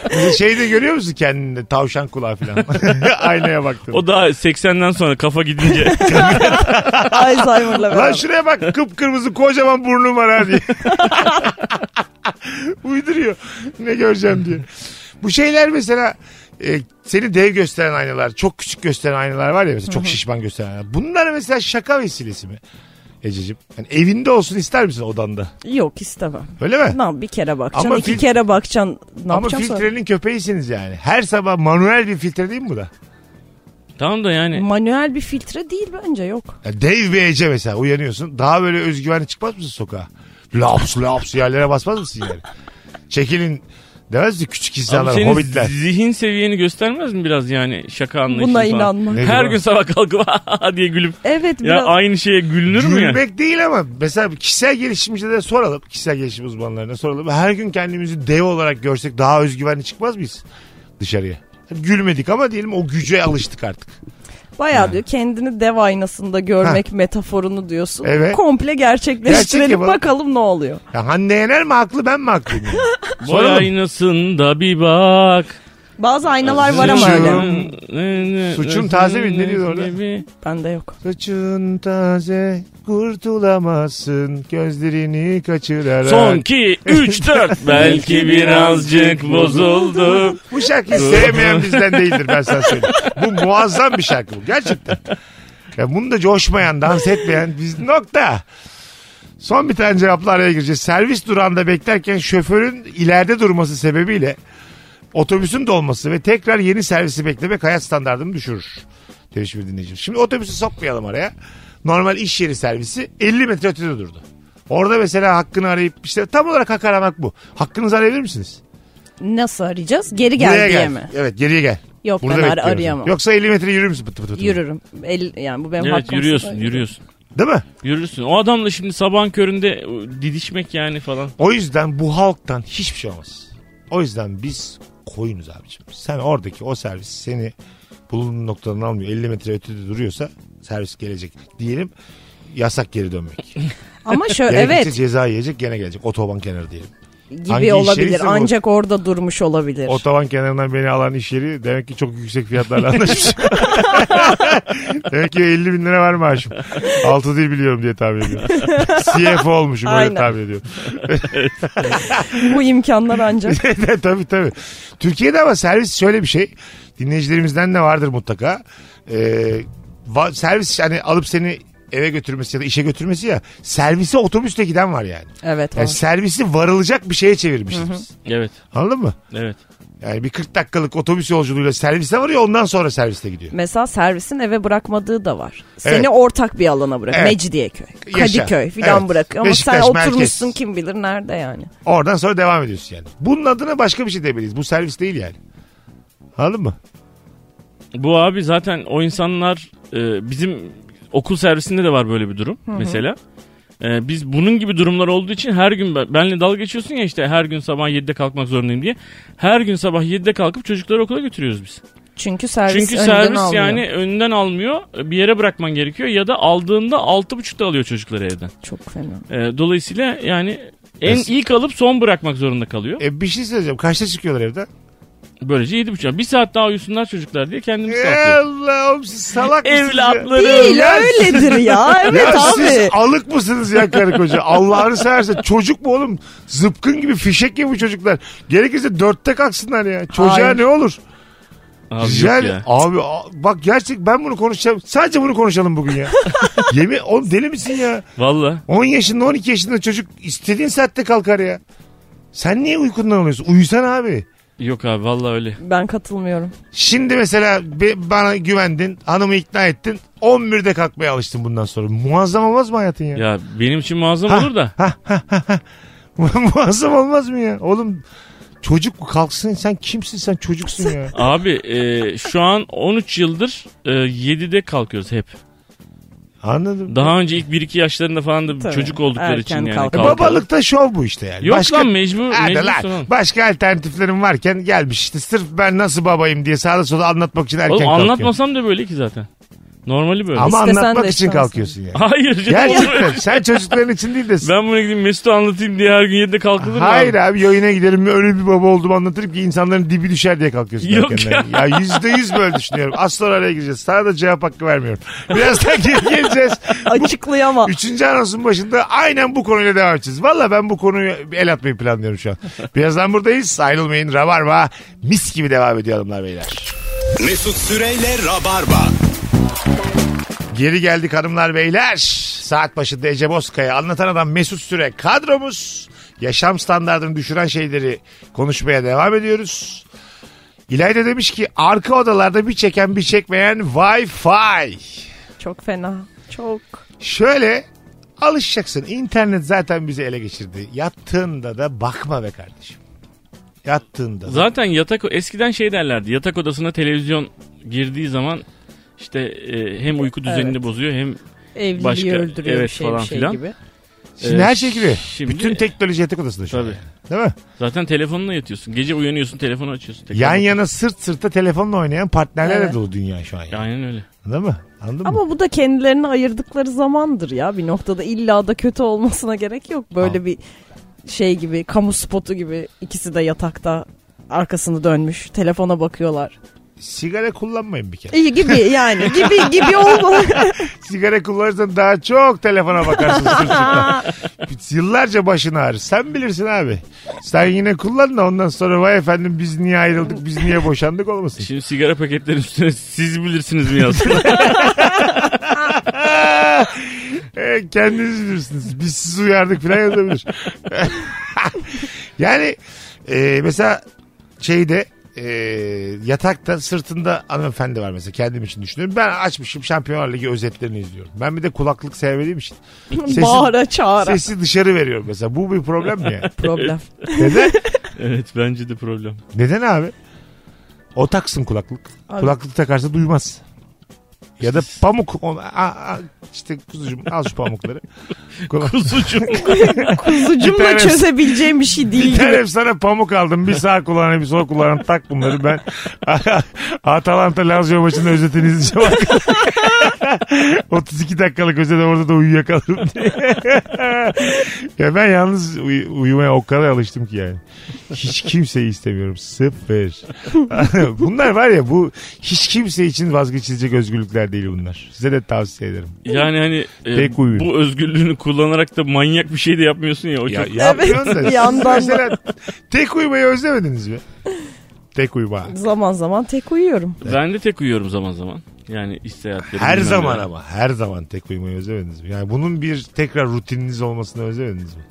C: Bir şey de görüyor musun kendinde tavşan kulağı falan. Aynaya baktın.
E: O daha 80'den sonra kafa gidince.
D: Alzheimer'la
C: Lan
D: beraber.
C: şuraya bak kıpkırmızı kocaman burnum var ha diye. Uyduruyor. Ne göreceğim diye. Bu şeyler mesela e, seni dev gösteren aynalar, çok küçük gösteren aynalar var ya mesela çok şişman gösteren aynalar. Bunlar mesela şaka vesilesi mi? Ececiğim. Yani evinde olsun ister misin odanda?
D: Yok istemem.
C: Öyle mi?
D: Lan bir kere bakacaksın,
C: Ama
D: iki
C: fil-
D: kere bakacaksın.
C: Ama
D: Ne yapacaksın sonra?
C: filtrenin köpeğisiniz yani. Her sabah manuel bir filtre değil mi bu da?
E: tamam da yani.
D: Manuel bir filtre değil bence yok.
C: Ya dev bir Ece mesela uyanıyorsun. Daha böyle özgüvenli çıkmaz mısın sokağa? Laps laps yerlere basmaz mısın yani? Çekilin demez mi küçük
E: Abi
C: insanlar,
E: senin
C: hobbitler.
E: zihin seviyeni göstermez mi biraz yani şaka anlayışını
D: Buna
E: falan?
D: inanma.
C: Ne
E: Her
C: diyor?
E: gün sabah kalkıp "Aa" diye gülüp.
D: Evet
E: Ya
D: biraz.
E: aynı şeye gülünür mü yani?
C: Gülmek değil ama mesela kişisel gelişimcilere soralım. Kişisel gelişim uzmanlarına soralım. Her gün kendimizi dev olarak görsek daha özgüvenli çıkmaz mıyız dışarıya? Gülmedik ama diyelim o güce alıştık artık.
D: Bayağı diyor kendini dev aynasında görmek metaforunu diyorsun.
C: Evet.
D: Komple gerçekleştirelim
C: Gerçek yapalım.
D: bakalım ne oluyor.
C: Ya Hande Yener mi haklı ben mi haklıyım? yani?
E: Boy
C: Soralım.
E: aynasında bir bak.
D: Bazı aynalar var ama
C: Suçum.
D: öyle.
C: Suçum taze mi? Ne diyor orada?
D: Bende yok.
C: Saçın taze kurtulamazsın gözlerini kaçırarak.
E: Son 2, 3, 4. Belki birazcık bozuldu.
C: Bu şarkıyı sevmeyen bizden değildir ben sana söyleyeyim. Bu muazzam bir şarkı bu gerçekten. Ya bunu da coşmayan, dans etmeyen biz nokta. Son bir tane cevapla araya gireceğiz. Servis durağında beklerken şoförün ileride durması sebebiyle otobüsün dolması ve tekrar yeni servisi beklemek hayat standartını düşürür. Demiş bir dinleyicim. Şimdi otobüsü sokmayalım araya. Normal iş yeri servisi 50 metre ötede durdu. Orada mesela hakkını arayıp işte tam olarak hak aramak bu. Hakkınızı arayabilir misiniz?
D: Nasıl arayacağız? Geri gel
C: Buraya
D: diye
C: gel.
D: mi?
C: Evet geriye gel.
D: Yok
C: Burada
D: ben ar-
C: bekliyoruz.
D: arayamam.
C: Yoksa 50 metre yürür müsün? Pıt pıt pıt pıt.
D: Yürürüm. El, yani bu benim
E: Evet
D: hakkım.
E: yürüyorsun yürüyorsun.
C: Değil mi?
E: Yürürsün. O adamla şimdi sabahın köründe didişmek yani falan.
C: O yüzden bu halktan hiçbir şey olmaz. O yüzden biz koyunuz abicim. Sen oradaki o servis seni bulunduğun noktadan almıyor. 50 metre ötede duruyorsa servis gelecek. Diyelim yasak geri dönmek.
D: Ama şöyle
C: Gerekirse
D: evet
C: ceza yiyecek gene gelecek. Otoban kenarı diyelim.
D: gibi
C: Hangi
D: olabilir.
C: işleriyse bu.
D: Ancak orada durmuş olabilir.
C: Otoban kenarından beni alan iş yeri demek ki çok yüksek fiyatlarla anlaşmış. demek ki 50 bin lira var maaşım. Altı dil biliyorum diye tahmin ediyorum. CFO olmuşum öyle
D: Aynen.
C: tahmin ediyorum.
D: bu imkanlar ancak.
C: tabii tabii. Türkiye'de ama servis şöyle bir şey. Dinleyicilerimizden de vardır mutlaka. Ee, va- servis hani alıp seni eve götürmesi ya da işe götürmesi ya. Servise otobüsle giden var yani.
D: Evet.
C: Yani
D: var.
C: servisi varılacak bir şeye çevirmişiz biz.
E: Evet
C: Anladın mı?
E: evet.
C: Yani bir 40 dakikalık otobüs yolculuğuyla servise varıyor ondan sonra serviste gidiyor.
D: Mesela servisin eve bırakmadığı da var. Seni
C: Evet.
D: ortak bir alana bırak.
C: Evet.
D: Mecidiyeköy,
C: Yaşa.
D: Kadıköy filan
C: Evet.
D: bırakıyor. Ama
C: Beşiktaş,
D: sen
C: merkez.
D: oturmuşsun kim bilir nerede yani.
C: Oradan sonra devam ediyorsun yani. Bunun adına başka bir şey demeliyiz. Bu servis değil yani. Anladın mı?
E: Bu abi zaten o insanlar e, bizim okul servisinde de var böyle bir durum mesela. E, biz bunun gibi durumlar olduğu için her gün ben- benle dalga geçiyorsun ya işte her gün sabah 7'de kalkmak zorundayım diye. Her gün sabah 7'de kalkıp çocukları okula götürüyoruz biz.
D: Çünkü servis
E: Çünkü
D: önünden
E: servis
D: almıyor.
E: yani önünden almıyor bir yere bırakman gerekiyor ya da aldığında 6.30'da alıyor çocukları evden.
D: Çok fena.
E: E, dolayısıyla yani en
C: Es-
E: ilk alıp son bırakmak zorunda kalıyor.
C: E bir şey söyleyeceğim. Kaçta çıkıyorlar evden?
E: Böylece 7.30. Bir saat daha uyusunlar çocuklar diye kendimiz kalkıyoruz.
C: Allah'ım siz salak mısınız? ya?
E: Evlatlarım.
D: Değil
C: Ya-
D: öyledir ya. Evet
C: Ya siz
D: abi.
C: alık mısınız ya karı koca? Allah'ını seversen çocuk mu oğlum? Zıpkın gibi fişek gibi bu çocuklar. Gerekirse dörtte kalksınlar ya. Çocuğa
D: Hayır.
C: ne olur?
E: Abi yok
C: Yani-
E: ya.
C: abi a- bak gerçek ben bunu konuşacağım. Sadece bunu konuşalım bugün ya. Yemin oğlum deli misin ya?
E: Valla.
C: 10 yaşında 12 yaşında çocuk istediğin saatte kalkar ya. Sen niye uykundan alıyorsun? Uyusan abi.
E: Yok abi vallahi öyle.
D: Ben katılmıyorum.
C: Şimdi mesela be- bana güvendin, hanımı ikna ettin. 11'de kalkmaya alıştın bundan sonra. Muazzam olmaz mı hayatın ya?
E: Ya benim için muazzam olur da.
C: Muazzam olmaz mı ya? Oğlum Çocuk bu kalksın sen kimsin sen çocuksun ya.
E: Abi e, şu an 13 yıldır e, 7'de kalkıyoruz hep.
C: Anladım.
E: Daha önce ilk 1-2 yaşlarında falan da
D: Tabii.
E: çocuk oldukları
D: Erken
E: için yani.
D: kalk-
C: E,
E: kalkıyorlar.
C: babalıkta şov bu işte yani.
E: Yok lan mecbur,
C: Hadi
E: mecbur
C: lan.
E: sorun.
C: Başka alternatiflerim varken gelmiş işte sırf ben nasıl babayım diye sağda sola anlatmak için erken
E: Oğlum
C: kalkıyorum.
E: anlatmasam da böyle ki zaten. Normali böyle.
C: Ama
D: İstesen de
C: anlatmak için
D: istemezsen.
C: kalkıyorsun yani.
E: Hayır canım.
C: Gerçekten sen çocukların için değil de
E: Ben buna gideyim Mesut'a anlatayım diye her gün 7'de kalkılır mı?
C: Hayır
E: abi?
C: abi yayına giderim öyle bir baba olduğumu anlatırım ki insanların dibi düşer diye kalkıyorsun.
E: Yok
C: erkenden. Ya yüzde yüz böyle düşünüyorum. Az sonra araya gireceğiz. Sana da cevap hakkı vermiyorum. Birazdan geri geleceğiz.
D: Açıklayamam.
C: Üçüncü anonsun başında aynen bu konuyla devam edeceğiz. Valla ben bu konuyu el atmayı planlıyorum şu an. Birazdan buradayız. Ayrılmayın. Rabarba mis gibi devam ediyor hanımlar beyler.
B: Mesut Süreyle Rabarba.
C: Geri geldik hanımlar beyler. Saat başında Ece Bozkaya anlatan adam Mesut Süre kadromuz. Yaşam standartını düşüren şeyleri konuşmaya devam ediyoruz. İlayda demiş ki arka odalarda bir çeken bir çekmeyen Wi-Fi.
D: Çok fena. Çok.
C: Şöyle alışacaksın. İnternet zaten bizi ele geçirdi. Yattığında da bakma be kardeşim. Yattığında. da.
E: Zaten yatak eskiden şey derlerdi. Yatak odasına televizyon girdiği zaman işte e, hem uyku düzenini bozuyor hem
D: Evliliği
E: Başka-
D: öldürüyor
E: evet
D: bir şey,
E: falan
D: bir şey
E: filan.
D: gibi.
C: Şimdi
E: e,
C: her şey gibi.
E: şimdi-
C: Bütün teknoloji yatak odasında şu an.
E: Tabii.
C: Değil mi?
E: zaten telefonla yatıyorsun. Gece uyanıyorsun telefonu açıyorsun. tekrar
C: Yan
E: bakıyorsun.
C: yana sırt sırta telefonla oynayan partnerlerle
D: Evet.
C: dolu dünya şu an. Yani.
E: Aynen öyle.
C: Değil mi? Anladın mı?
D: Ama bu da kendilerini ayırdıkları zamandır ya. Bir noktada illa da kötü olmasına gerek yok. Böyle bir şey gibi, kamu spotu gibi ikisi de yatakta arkasını dönmüş. Telefona bakıyorlar.
C: Sigara kullanmayın bir kere.
D: İyi gibi yani. Gibi gibi olmalı.
C: Sigara kullanırsan daha çok telefona bakarsın sırt sırta. Yıllarca başın ağrır. Sen bilirsin abi. Sen yine kullan da ondan sonra vay efendim biz niye ayrıldık biz niye boşandık olmasın.
E: Şimdi sigara paketlerinin üstüne siz bilirsiniz mi yazsın?
C: E, kendiniz bilirsiniz. Biz sizi uyardık falan yazabilir. yani e, mesela şeyde e, yatakta sırtında hanımefendi var mesela kendim için düşünüyorum. Ben açmışım Şampiyonlar Ligi özetlerini izliyorum. Ben bir de kulaklık sevmediğim için Sesin-
D: Bağıra çağıra.
C: sesi dışarı veriyorum mesela. Bu bir problem mi yani?
D: Problem.
C: Neden?
E: evet bence de problem.
C: Neden abi? O taksın kulaklık.
D: Abi.
C: Kulaklık takarsa duymaz. Ya da pamuk. Ona, a, a, işte kuzucuğum al şu pamukları. Kulak-
E: Kuzucuğum.
C: Bir
D: Kuzucumla
C: tanesi-
D: çözebileceğim bir şey değil
C: Bir
D: gibi.
C: tane hep sana pamuk aldım. Bir sağ kulağına bir sol kulağına tak bunları. Ben Atalanta Lazio maçında özetini izleyeceğim. 32 dakikalık özet orada da uyuyakalırım diye. ya ben yalnız uy- uyumaya o kadar alıştım ki yani. Hiç kimseyi istemiyorum. Sıfır. bunlar var ya bu hiç kimse için vazgeçilecek özgürlükler değil bunlar. Size de tavsiye ederim.
E: Yani hani e,
C: Tek uyuyor.
E: bu özgürlüğünü kullanarak da manyak bir şey de yapmıyorsun ya. O çok...
C: Yapıyorsun da
D: bir
C: siz
D: yandan da.
C: Mesela tek uyumayı özlemediniz mi? Tek uyuma.
D: Zaman zaman tek uyuyorum.
E: Ben de tek uyuyorum zaman zaman. Yani iş seyahatleri.
C: Her
E: bilmem
C: zaman
E: ne.
C: ama her zaman tek uyumayı özlemediniz mi? Yani bunun bir tekrar rutininiz olmasını özlemediniz mi?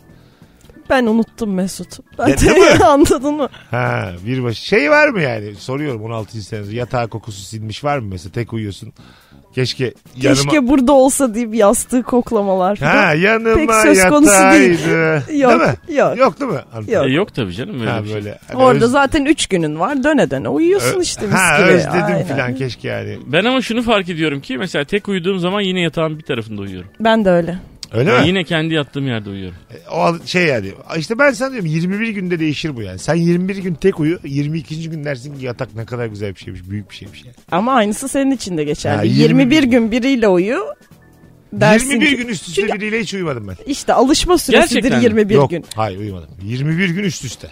D: Ben unuttum Mesut. Ben
C: Ya, değil mi?
D: anladın mı?
C: Ha bir baş şey var mı yani soruyorum 16. senenizde yatağı kokusu silmiş var mı mesela tek uyuyorsun keşke yanıma
D: Keşke burada olsa deyip yastığı koklamalar. falan.
C: ha yanıma
D: Pek söz konusu değil.
C: yataydı değil.
D: Yok,
C: mi?
D: yok.
C: Yok değil mi? Anladım.
E: E,
D: Yok.
E: yok tabii canım öyle
C: Ha
E: bir şey.
C: böyle. hani
D: Orada
C: öz-
D: zaten 3 günün var. Döne döne uyuyorsun
C: ö-
D: işte mis
C: Ha
D: gibi.
C: özledim
D: Aynen.
C: filan keşke yani.
E: Ben ama şunu fark ediyorum ki mesela tek uyuduğum zaman yine yatağın bir tarafında uyuyorum.
D: Ben de öyle.
C: Öyle mi?
E: Yani yine kendi yattığım yerde uyuyorum.
C: O al- şey yani. İşte ben sana diyorum 21 günde değişir bu yani. Sen 21 gün tek uyu 22. gün dersin ki yatak ne kadar güzel bir şeymiş büyük bir şeymiş yani.
D: Ama aynısı senin için de geçerli.
C: Ha,
D: 21,
C: 21
D: gün biriyle uyu. Dersin
C: 21
D: ki-
C: gün üst üste
D: Çünkü-
C: biriyle hiç uyumadım ben.
D: İşte alışma süresidir
E: Gerçekten mi?
D: 21
C: Yok,
D: gün.
C: Hayır uyumadım. 21 gün üst üste.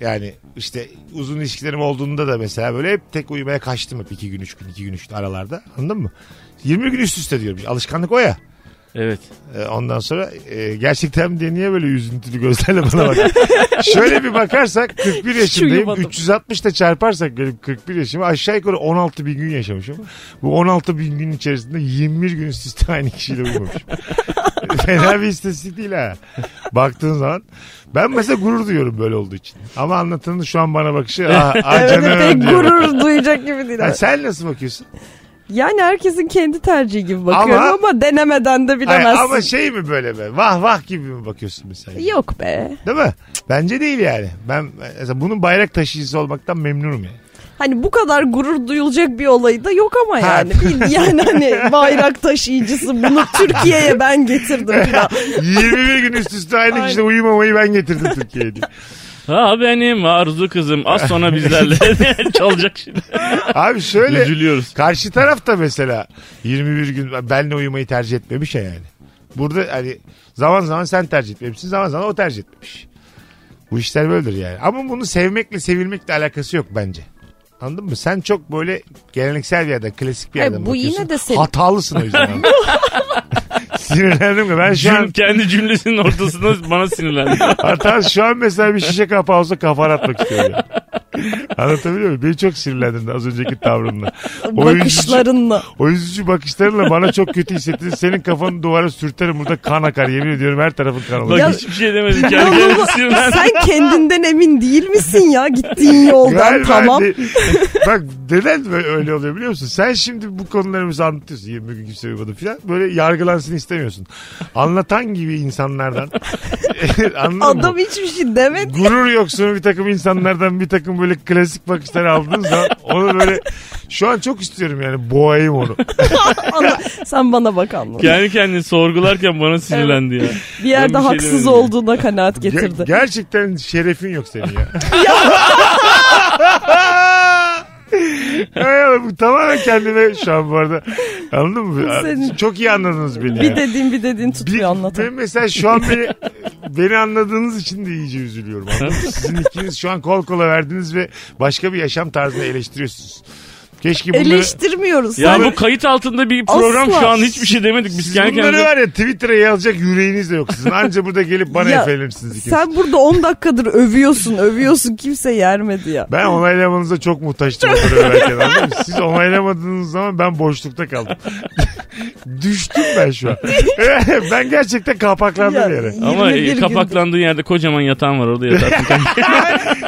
C: Yani işte uzun ilişkilerim olduğunda da mesela böyle hep tek uyumaya kaçtım hep 2 gün 3 gün 2 gün 3 gün aralarda anladın mı? 20 gün üst üste diyorum. Alışkanlık o ya.
E: Evet.
C: Ee, ondan sonra e, gerçekten diye niye böyle üzüntülü gözlerle bana bak. Şöyle bir bakarsak 41 yaşındayım.
D: uyumadım.
C: 360 da çarparsak benim 41 yaşımı aşağı yukarı 16 bin gün yaşamışım. Bu 16 bin gün içerisinde 21 gün üst üste aynı kişiyle uyumamışım. Fena bir istatistik değil ha. Baktığın zaman. Ben mesela gurur duyuyorum böyle olduğu için. Ama anlatanın şu an bana bakışı ah, ah
D: Evet
C: canım
D: evet pek
C: diyor.
D: gurur duyacak gibi değil.
C: Ha, sen nasıl bakıyorsun?
D: Yani herkesin kendi tercihi gibi bakıyorum ama, denemeden de
C: Hayır,
D: bilemezsin.
C: ama şey mi böyle be? Vah vah gibi mi bakıyorsun mesela?
D: Yok be.
C: Değil mi? Bence değil yani. Ben mesela bunun bayrak taşıyıcısı olmaktan memnunum yani.
D: Hani bu kadar gurur duyulacak bir olayı da yok ama
C: Ha.
D: yani. Bir- yani hani bayrak taşıyıcısı bunu Türkiye'ye ben getirdim falan.
C: 21 gün üst üste aynı kişide uyumamayı ben getirdim Türkiye'ye diye.
E: Ha benim Arzu kızım az sonra bizlerle çalacak şimdi.
C: Abi şöyle
E: Üzülüyoruz.
C: karşı taraf da mesela 21 gün benle uyumayı tercih etmemiş ya yani. Burada hani zaman zaman sen tercih etmemişsin zaman zaman o tercih etmemiş. Bu işler böyledir yani. Ama bunu sevmekle sevilmekle alakası yok bence. Anladın mı? Sen çok böyle geleneksel bir yerden, klasik bir
D: Hayır,
C: yerden
D: bu yine
C: bakıyorsun.
D: de senin-
C: Hatalısın o yüzden. abi. Sinirlendim ya. Ben şu
E: Cüm,
C: an,
E: kendi cümlesinin ortasında bana sinirlendi.
C: hatta şu an mesela bir şişe kapağı olsa kafana atmak istiyorum. yani. Anlatabiliyor muyum? Beni çok sinirlendirdin az önceki tavrınla. Oyuncu-
D: Bakışlarınla.
C: O üzücü bakışlarınla bana çok kötü hissettin. Senin kafanı duvara sürterim burada kan akar. Yemin ediyorum her tarafın kan
E: Bak
C: olur.
D: Ya-
E: hiçbir şey demedim. Kendi
D: Yolunu-
E: kendine sinirlendi.
D: sen kendinden emin değil misin ya gittiğin yoldan
C: Galiba
D: tamam.
C: de- bak neden böyle öyle oluyor biliyor musun? Sen şimdi bu konularımızı anlatıyorsun. 20 gün kimse uyumadı falan. Böyle yargılansın istemiyorsun. Anlatan gibi insanlardan. Anladın
D: Adam
C: mı?
D: hiçbir şey demedi.
C: Gurur yoksunu bir takım insanlardan bir takım böyle klasik bakışlar aldığın zaman onu böyle şu an çok istiyorum yani boğayım onu.
D: Anla- sen bana bak anladın.
E: Kendi kendini sorgularken bana sinirlendi ya.
D: bir yerde
E: ben bir şey
D: haksız
E: demedim.
D: olduğuna kanaat getirdi.
C: Ge- gerçekten şerefin yok senin ya. Ay Allah, bu tamamen kendime şu an bu arada. Anladın mı?
D: Senin-
C: Çok iyi anladınız beni.
D: bir
C: ya.
D: dediğin bir dediğin
C: Bir-
D: tutuyor anlatan.
C: ben mesela şu an beni, beni anladığınız için de iyice üzülüyorum. anladın mı? Sizin ikiniz şu an kol kola verdiniz ve başka bir yaşam tarzını eleştiriyorsunuz. Keşke bunları...
D: Eleştirmiyoruz.
E: Ya
D: Sen-
E: bu kayıt altında bir program
D: Asla.
E: şu an hiçbir şey demedik. Biz
C: Siz
E: kendi
C: bunları
E: kendimize...
C: var ya Twitter'a yazacak yüreğiniz de yok sizin. Anca burada gelip bana
D: Ya,
C: efelemişsiniz ikiniz.
D: Sen burada 10 dakikadır övüyorsun övüyorsun kimse yermedi ya.
C: Ben onaylamanıza çok muhtaçtım oturuyor överken anladın mı? Siz onaylamadığınız zaman ben boşlukta kaldım. Düştüm ben şu an. ben gerçekten kapaklandım
D: Ya,
C: yere.
E: Ama e,
D: 21 gündür.
E: kapaklandığın yerde kocaman yatağın var orada yatarsın.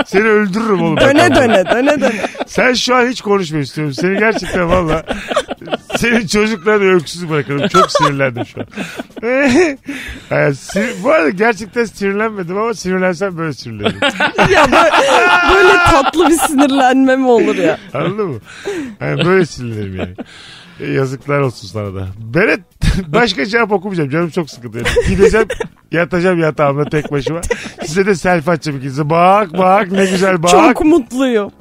C: Seni öldürürüm oğlum.
D: Döne döne döne döne.
C: Sen şu an hiç konuşma istiyorum. Seni gerçekten valla senin çocuklarını öksüz bırakırım. Çok sinirlendim şu an. Yani sinir- bu arada gerçekten sinirlenmedim ama sinirlensem böyle sinirlenirim.
D: Ya böyle, böyle tatlı bir sinirlenme mi olur ya?
C: Anladın mı? Hani böyle sinirlerim yani. E, Yazıklar olsun sana da. Beret başka cevap okumayacağım. Canım çok sıkıldı. Yani Gideceğim yatacağım yatağımda tek başıma. Size de selfie açacağım ikinize. Bak bak ne güzel bak. Çok,
D: Çok mutluyum.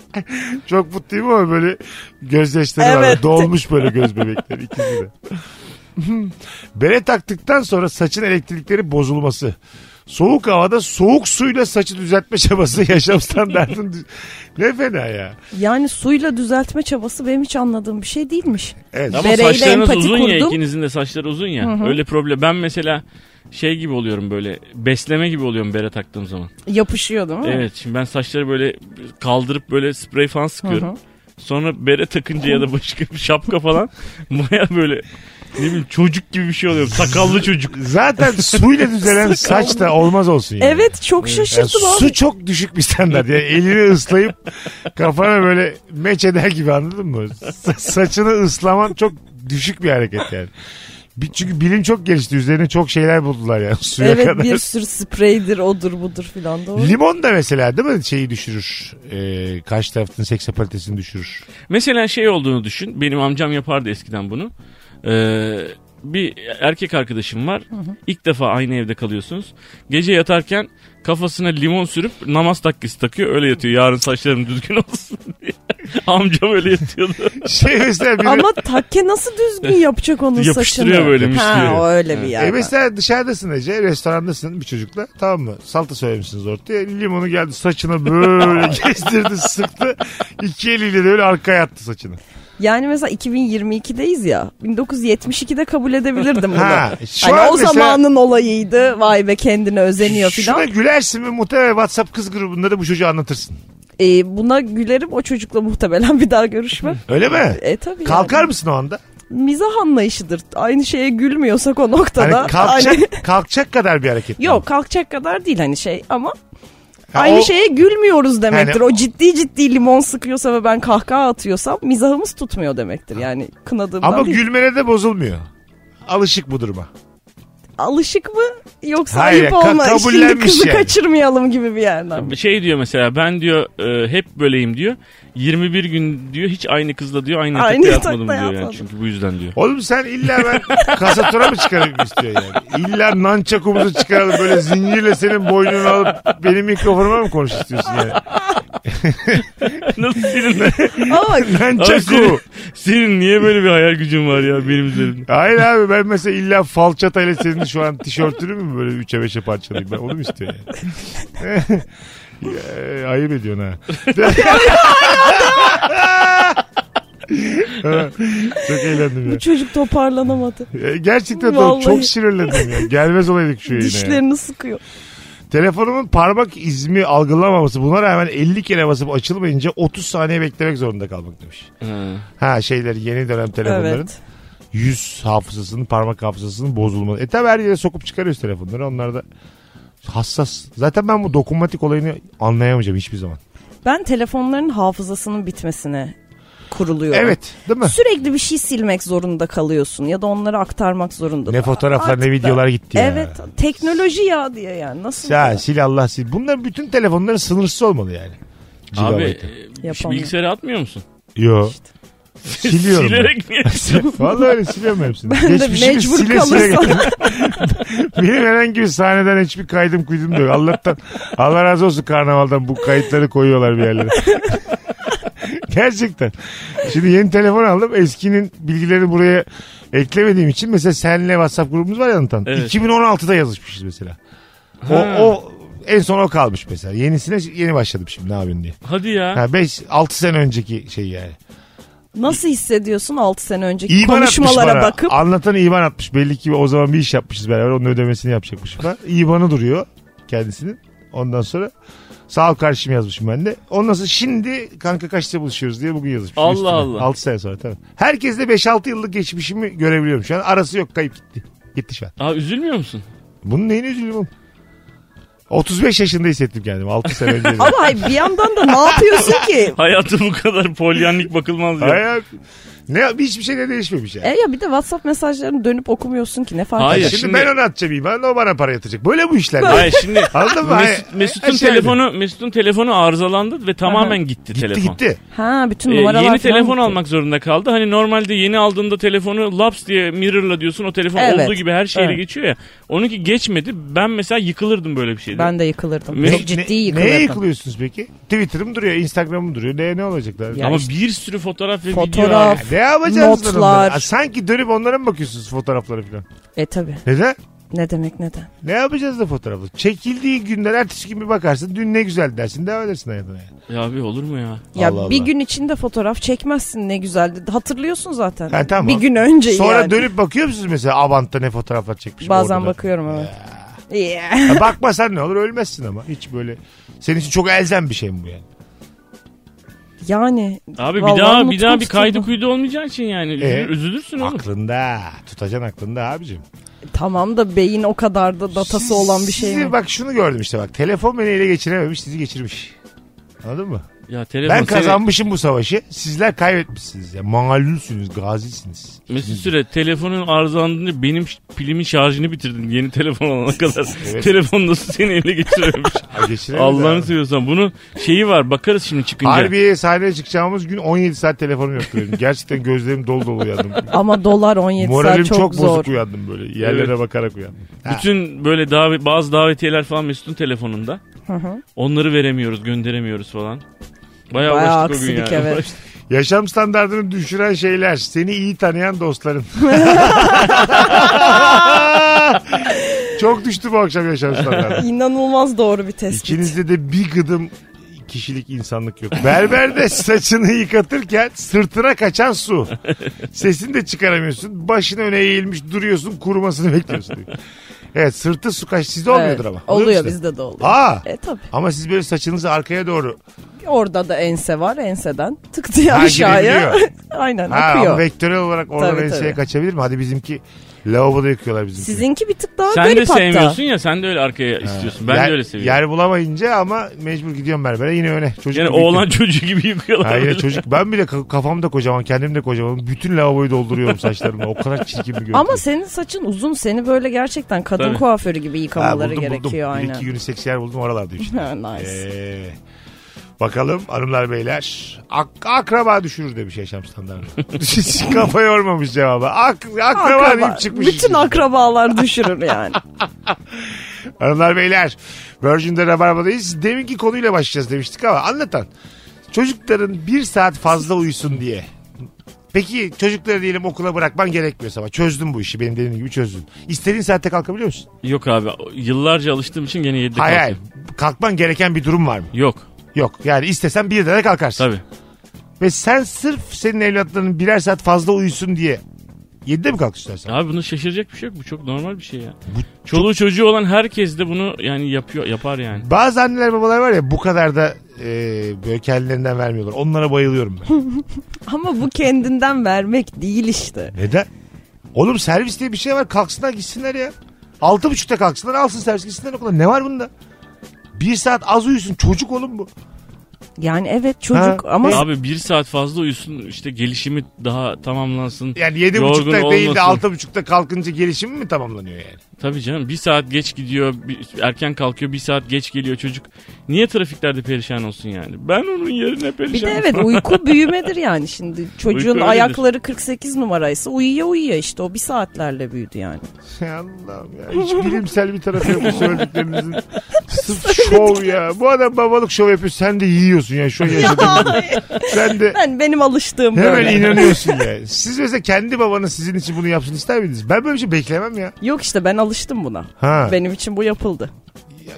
C: mutluyum ama böyle gözyaşları var.
D: Evet.
C: Dolmuş böyle göz bebekleri ikisi de. Bere taktıktan sonra saçın elektrikleri bozulması. Soğuk havada soğuk suyla saçı düzeltme çabası yaşam standartın düz- ne fena ya.
D: Yani suyla düzeltme çabası benim hiç anladığım bir şey değilmiş.
C: Evet.
E: Ama
D: Bereyle
E: saçlarınız
D: empati
E: uzun ya
D: kurdum.
E: ikinizin de saçları uzun ya. Öyle problem. Ben mesela şey gibi oluyorum böyle besleme gibi oluyorum bere taktığım zaman.
D: Yapışıyor değil mi?
E: Evet şimdi ben saçları böyle kaldırıp böyle sprey falan sıkıyorum.
D: Hı hı.
E: Sonra bere takınca ya da başka bir şapka falan baya böyle ne bileyim çocuk gibi bir şey oluyor. Sakallı çocuk.
C: Zaten suyla düzelen saç da olmaz olsun yani.
D: Evet çok
C: Yani
D: şaşırdım abi.
C: su çok düşük bir standart. Yani elini ıslayıp kafana böyle meç eder gibi anladın mı? Sa- saçını ıslaman çok düşük bir hareket yani. Bir- Çünkü bilim çok gelişti. Üzerine çok şeyler buldular yani suya
D: Evet
C: kadar.
D: bir sürü spreydir odur budur filan doğru.
C: Limon da mesela değil mi şeyi düşürür. Ee, karşı tarafın seks apalitesini düşürür.
E: Mesela şey olduğunu düşün. Benim amcam yapardı eskiden bunu. Ee, bir erkek arkadaşım var. İlk defa aynı evde kalıyorsunuz. Gece yatarken kafasına limon sürüp namaz takkesi takıyor. Öyle yatıyor. Yarın saçlarım düzgün olsun diye. Amcam öyle yatıyordu.
C: Şey mesela biri...
D: Ama takke nasıl düzgün yapacak onun saçını?
E: Yapıştırıyor böyle müslüğü.
D: Ha o öyle bir yer.
C: E
D: var.
C: mesela dışarıdasın Ece, restorandasın bir çocukla tamam mı? Salata söylemişsiniz ortaya. Limonu geldi saçına böyle gezdirdi sıktı. İki eliyle de öyle arkaya attı saçını.
D: Yani mesela 2022'deyiz ya. 1972'de kabul edebilirdim bunu.
C: Ha, şu
D: hani
C: an
D: o
C: mesela-
D: zamanın olayıydı. Vay be kendine özeniyor
C: Şuna
D: filan.
C: gülersin ve muhtemelen WhatsApp kız grubunda da bu çocuğu anlatırsın.
D: Ee, buna gülerim o çocukla muhtemelen bir daha görüşmem.
C: Öyle mi?
D: E tabii
C: Kalkar
D: yani.
C: mısın o anda?
D: Mizah anlayışıdır. Aynı şeye gülmüyorsak o
C: Hani
D: noktada.
C: kalkacak,
D: hani-
C: kalkacak kadar bir hareket. mi?
D: Yok kalkacak kadar değil hani şey ama
C: Ha,
D: Aynı
C: o-
D: şeye gülmüyoruz demektir.
C: Yani-
D: o ciddi ciddi limon sıkıyorsa ve ben kahkaha atıyorsam mizahımız tutmuyor demektir. Yani kınadığımdan
C: Ama
D: değil.
C: gülmene de bozulmuyor. Alışık bu duruma.
D: Alışık mı yoksa
C: Hayır,
D: ayıp
C: ka-
D: olma şimdi
C: kabullenmiş
D: kızı
C: yani.
D: kaçırmayalım gibi bir yerden. mi?
E: Şey diyor mesela ben diyor e, hep böyleyim diyor. 21 gün diyor hiç aynı kızla diyor aynı,
D: Aynı
E: aynı yatmadım
D: yatakta
E: diyor yani.
D: yatmadım.
E: Çünkü bu yüzden diyor.
C: Oğlum sen illa ben kasatura mı çıkarayım istiyor yani? İlla nançakumuzu çıkaralım böyle zincirle senin boynunu alıp benim mikrofonuma mı konuş istiyorsun yani?
E: Nasıl senin?
D: Ama
E: Abi senin,
C: Nançaku.
E: senin niye böyle bir hayal gücün var ya benim üzerimde?
C: Hayır abi ben mesela illa falçatayla senin şu an tişörtünü mü böyle üçe beşe parçalayayım ben onu mu istiyor yani? Ya, e, Ayıp ediyorsun ha. Çok eğlendim ya.
D: bu çocuk toparlanamadı.
C: E, Gerçekten doğru.
D: Vallahi.
C: çok sinirlendim ya. Gelmez olaydık şu yayına. ya.
D: Dişlerini sıkıyor.
C: Telefonumun parmak izmi algılamaması buna rağmen 50 kere basıp açılmayınca 30 saniye beklemek zorunda kalmak demiş. Ha şeyler yeni dönem telefonların
D: Evet.
C: yüz hafızasının parmak hafızasının bozulması. E tabi her yere sokup çıkarıyoruz telefonları onlar da hassas. Zaten ben bu dokunmatik olayını anlayamayacağım hiçbir zaman.
D: Ben telefonların hafızasının bitmesine kuruluyorum.
C: Evet değil mi?
D: Sürekli bir şey silmek zorunda kalıyorsun ya da onları aktarmak zorunda.
C: Ne fotoğraflar
D: Artık
C: ne
D: da-
C: videolar gitti ya.
D: Evet teknoloji ya diye yani nasıl?
C: Ya
D: bu?
C: sil Allah sil. Bunlar bütün telefonların sınırsız olmalı yani.
E: Abi
C: Gigabyte.
E: e, şu
D: Yapamıyorum.
E: bilgisayarı atmıyor musun?
C: Yo. Siliyorum. ben.
E: Silerek niye?
C: Vallahi öyle siliyorum hepsini.
D: Ben de mecbur kalırsam.
C: Benim herhangi bir sahneden hiçbir kaydım kuydum da yok. Allah'tan, Allah razı olsun karnavaldan bu kayıtları koyuyorlar bir yerlere. Gerçekten. Şimdi yeni telefon aldım. Eskinin bilgilerini buraya eklemediğim için mesela senle WhatsApp grubumuz var ya Anlatan.
E: Evet.
C: 2016'da yazışmışız mesela. O,
E: Ha.
C: o en son o kalmış mesela. Yenisine yeni başladım şimdi ne yapayım diye.
E: Hadi ya.
C: Ha 5 6 sene önceki şey yani.
D: Nasıl hissediyorsun 6 sene önceki
C: İban
D: konuşmalara
C: atmış bana.
D: bakıp?
C: Anlatan İban atmış. Belli ki o zaman bir iş yapmışız beraber. Onun ödemesini yapacakmış falan. İban'ı duruyor kendisinin. Ondan sonra sağ ol kardeşim yazmışım ben de. Ondan sonra şimdi kanka kaçta buluşuyoruz diye bugün yazmış.
E: Allah Allah.
C: 6 sene sonra tamam. Herkes de 5-6 yıllık geçmişimi görebiliyorum şu an. Arası yok kayıp gitti. Gitti şu an.
E: Aa üzülmüyor musun?
C: Bunun neyini üzülüyorum oğlum? 35 yaşında hissettim kendimi 6 sene önce.
D: Ama hayır, bir yandan da ne yapıyorsun ki?
E: Hayatım bu kadar polyanlik bakılmaz ya.
C: Hayat- ne, hiçbir şey de değişmemiş yani.
D: E ya bir de WhatsApp mesajlarını dönüp okumuyorsun ki ne fark
E: Hayır.
D: eder?
C: şimdi,
E: şimdi-
C: ben ona atacağım İban'ı o bana para yatıracak. Böyle bu işler.
E: Hayır şimdi
C: Anladın mı? şey
E: Mesut, Mesut'un telefonu Mesut'un telefonu arızalandı ve tamamen gitti,
C: gitti
E: telefon.
C: gitti.
D: Ha bütün
E: Ee,
D: numaralar
E: yeni
D: falan
E: telefon
D: bitti.
E: almak zorunda kaldı. Hani normalde yeni aldığında telefonu laps diye mirrorla diyorsun o telefon
D: Evet.
E: olduğu gibi her şeyle
D: Evet.
E: geçiyor ya. Onunki geçmedi. Ben mesela yıkılırdım böyle bir şeyde.
D: Ben de yıkılırdım.
E: Ne-
D: Çok ciddi yıkılırdım.
C: Neye yıkılıyorsunuz peki? Twitter'ım duruyor, Instagram'ım duruyor. Neye ne olacaklar?
D: Ya
E: Ama
D: işte-
E: bir sürü fotoğraf ve video.
D: Fotoğraf.
E: abi.
C: Ne yapacaksınız lan
D: Notlar.
C: onlara? Aa, Sanki dönüp onlara mı bakıyorsunuz fotoğraflara falan?
D: E tabi.
C: Neden?
D: Ne demek neden?
C: Ne yapacağız da fotoğrafı? Çekildiği günler ertesi gün bir bakarsın. Dün ne güzel dersin. Devam edersin hayatına. yani.
E: Ya abi olur mu ya?
D: Ya
C: Allah
D: bir
C: Allah.
D: gün içinde fotoğraf çekmezsin ne güzeldi. Hatırlıyorsun zaten.
C: Ha, tamam.
D: Bir gün önce
C: Sonra
D: yani.
C: dönüp bakıyor musunuz mesela Avant'ta ne fotoğraflar çekmiş?
D: Bazen
C: Ordu'da?
D: bakıyorum evet. Yeah.
C: Ha, bakmasan ne olur ölmezsin ama. Hiç böyle. Senin için çok elzem bir şey mi bu yani?
D: Yani
E: Abi
D: Vallahi
E: bir daha bir
D: unuttum
E: daha bir
D: tutuldu.
E: kaydı kuydu olmayacağı için yani üzülür,
C: Ee?
E: üzülürsün oğlum.
C: Aklında. Tutacaksın aklında abicim.
D: tamam da beyin o kadar da datası
C: Siz-
D: olan bir şey
C: sizi
D: mi?
C: Bak şunu gördüm işte bak. Telefon beni ele geçirememiş sizi geçirmiş. Anladın mı?
E: Ya telefon
C: Ben
E: seni-
C: kazanmışım bu savaşı. Sizler kaybetmişsiniz. Ya. Mağlulsünüz, gazisiniz.
E: Mesut Süre telefonun arızalandığında benim ş- pilimin şarjını bitirdin yeni telefon alana kadar. Telefon nasıl seni ele geçirememiş?
C: Ay, geçiremeyiz
E: Allah'ını
C: abi.
E: seviyorsan bunun şeyi var bakarız şimdi çıkınca.
C: Harbiye sahneye çıkacağımız gün 17 saat telefonum yoktu benim. Gerçekten gözlerim dolu dolu uyandım.
D: Ama dolar 17
C: Moralim
D: saat çok,
C: çok,
D: zor.
C: bozuk uyandım böyle. Yerlere
E: Evet.
C: bakarak uyandım. Ha,
E: Bütün böyle davet bazı davetiyeler falan Mesut'un telefonunda.
D: Hı hı.
E: Onları veremiyoruz gönderemiyoruz falan. Bayağı,
D: Bayağı
E: uğraştık o gün
D: aksilik
E: yani.
D: evet.
E: Uğraştık.
C: Yaşam standartını düşüren şeyler. Seni iyi tanıyan dostların. çok düştü bu akşam yaşam standartı.
D: İnanılmaz doğru bir tespit.
C: İkinizde de bir gıdım kişilik insanlık yok. Berberde saçını yıkatırken sırtına kaçan su. Sesini de çıkaramıyorsun. Başın öne eğilmiş duruyorsun kurumasını bekliyorsun. diyor. Evet sırtı su kaç sizde olmuyordur ama.
D: Oluyor,
C: mu sizde?
D: bizde de oluyor.
C: Aa
D: E tabi.
C: ama siz böyle saçınızı arkaya doğru.
D: Orada da ense var. Enseden tık diye
C: Ha,
D: aşağıya.
C: girebiliyor.
D: Aynen
C: Ha, ama
D: akıyor.
C: vektörel olarak oradan
D: Tabii,
C: enseye
D: tabii.
C: kaçabilir mi? Hadi bizimki Lavaboda yıkıyorlar bizim.
D: Sizinki bir tık daha
E: Sen de
D: garip hatta.
E: sevmiyorsun ya sen de öyle arkaya istiyorsun. Ben de öyle seviyorum.
C: Yer bulamayınca ama mecbur gidiyorum berbere yine öyle. Çocuk
E: Yani
C: gibi
E: oğlan
C: yıkıyorum.
E: çocuğu gibi yıkıyorlar.
C: Ha, yine
E: böyle.
C: çocuk. Ben bile ka- kafam da kocaman kendim de kocaman. Bütün lavaboyu dolduruyorum saçlarımla. O kadar çirkin bir görüntü.
D: Ama senin saçın uzun seni böyle gerçekten kadın
E: Tabii.
D: kuaförü gibi
C: Ha,
D: yıkamaları
C: buldum, buldum.
D: gerekiyor
C: Bir iki
D: aynen.
C: unisex yer buldum oralardayım işte.
D: Ha, nice.
C: Ee, bakalım hanımlar beyler. Ak- akraba düşürür demiş yaşam standartını. Hiç Kafa yormamış cevaba. Ak- akraba,
D: Akraba,
C: deyip çıkmış.
D: bütün akrabalar düşürür yani.
C: Hanımlar beyler Virgin'de Rabarba'dayız. Deminki konuyla başlayacağız demiştik ama anlatan. Çocukların bir saat fazla uyusun diye. Peki çocukları diyelim okula bırakman gerekmiyorsa ama çözdün bu işi benim dediğim gibi çözdün. İstediğin saatte kalkabiliyor musun?
E: Yok abi yıllarca alıştığım için gene yedide
C: Hayır hayır.
E: kalkıyorum.
C: Kalkman gereken bir durum var mı?
E: Yok
C: Yok yani istesen bir de kalkarsın.
E: tabii.
C: Ve sen sırf senin evlatların birer saat fazla uyusun diye 7'de mi kalk istersen?
E: Abi bunu şaşıracak bir şey yok. Bu çok normal bir şey ya. Çoluğu çocuğu olan herkes de bunu yani yapıyor yapar yani.
C: Bazı anneler babalar var ya bu kadar da e, böyle kendilerinden vermiyorlar. Onlara bayılıyorum ben.
D: Ama bu kendinden vermek değil işte.
C: Neden? Oğlum servis diye bir şey var kalksınlar gitsinler ya. Altı buçukta kalksınlar alsın servis gitsinler okula. Ne var bunda? Bir saat az uyusun çocuk oğlum bu.
D: Yani evet çocuk
C: Ha, e,
D: ama
E: Abi bir saat fazla uyusun işte gelişimi daha tamamlansın.
C: Yani yedi
E: yorgun
C: buçukta değil de
E: olmasın.
C: altı buçukta kalkınca gelişimi mi tamamlanıyor yani?
E: Tabii canım bir saat geç gidiyor bir- erken kalkıyor bir saat geç geliyor çocuk. Niye trafiklerde perişan olsun yani? Ben onun yerine perişan
D: bir de
E: olsam-
D: evet uyku büyümedir yani şimdi.
E: Uyku
D: Çocuğun
E: öyledir.
D: ayakları 48 numaraysa uyuya uyuya işte o bir saatlerle büyüdü yani.
C: Şey, Allah'ım ya hiç bilimsel bir tarafı yok bu söylediklerinizin. Sırf şov ya. Bu adam babalık şov yapıyor sen de yiyorsun ya şu an yaşadığın. sen de
D: ben benim alıştığım
C: hemen
D: böyle.
C: inanıyorsun ya. Siz mesela kendi babanız sizin için bunu yapsın ister miydiniz? Ben böyle bir şey beklemem ya.
D: Yok işte ben alıştım buna.
C: Ha.
D: Benim için bu yapıldı.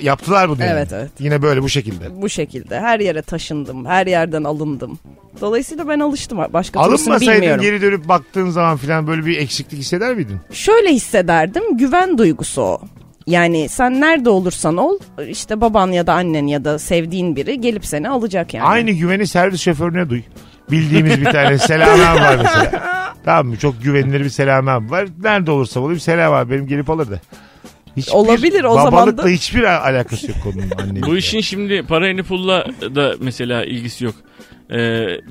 C: Yaptılar bunu yani.
D: Evet, evet.
C: Yine böyle bu şekilde.
D: Bu şekilde her yere taşındım, her yerden alındım. Dolayısıyla ben alıştım. Başka türlüsünü
C: Alınmasaydın
D: bilmiyorum.
C: geri dönüp baktığın zaman filan böyle bir eksiklik hisseder miydin?
D: Şöyle hissederdim güven duygusu o. Yani sen nerede olursan ol işte baban ya da annen ya da sevdiğin biri gelip seni alacak yani.
C: Aynı güveni servis şoförüne duy. Bildiğimiz bir tane selamem var mesela. Tamam mı? Çok güvenilir bir selamem var. Nerede olursa olayım selam abi benim gelip alır da. Hiçbir,
D: Olabilir, o zaman
C: babalıkla
D: da-
C: hiçbir al- alakası yok konunun annenin.
E: Bu işin şimdi parayla pulla da mesela ilgisi yok. Ee,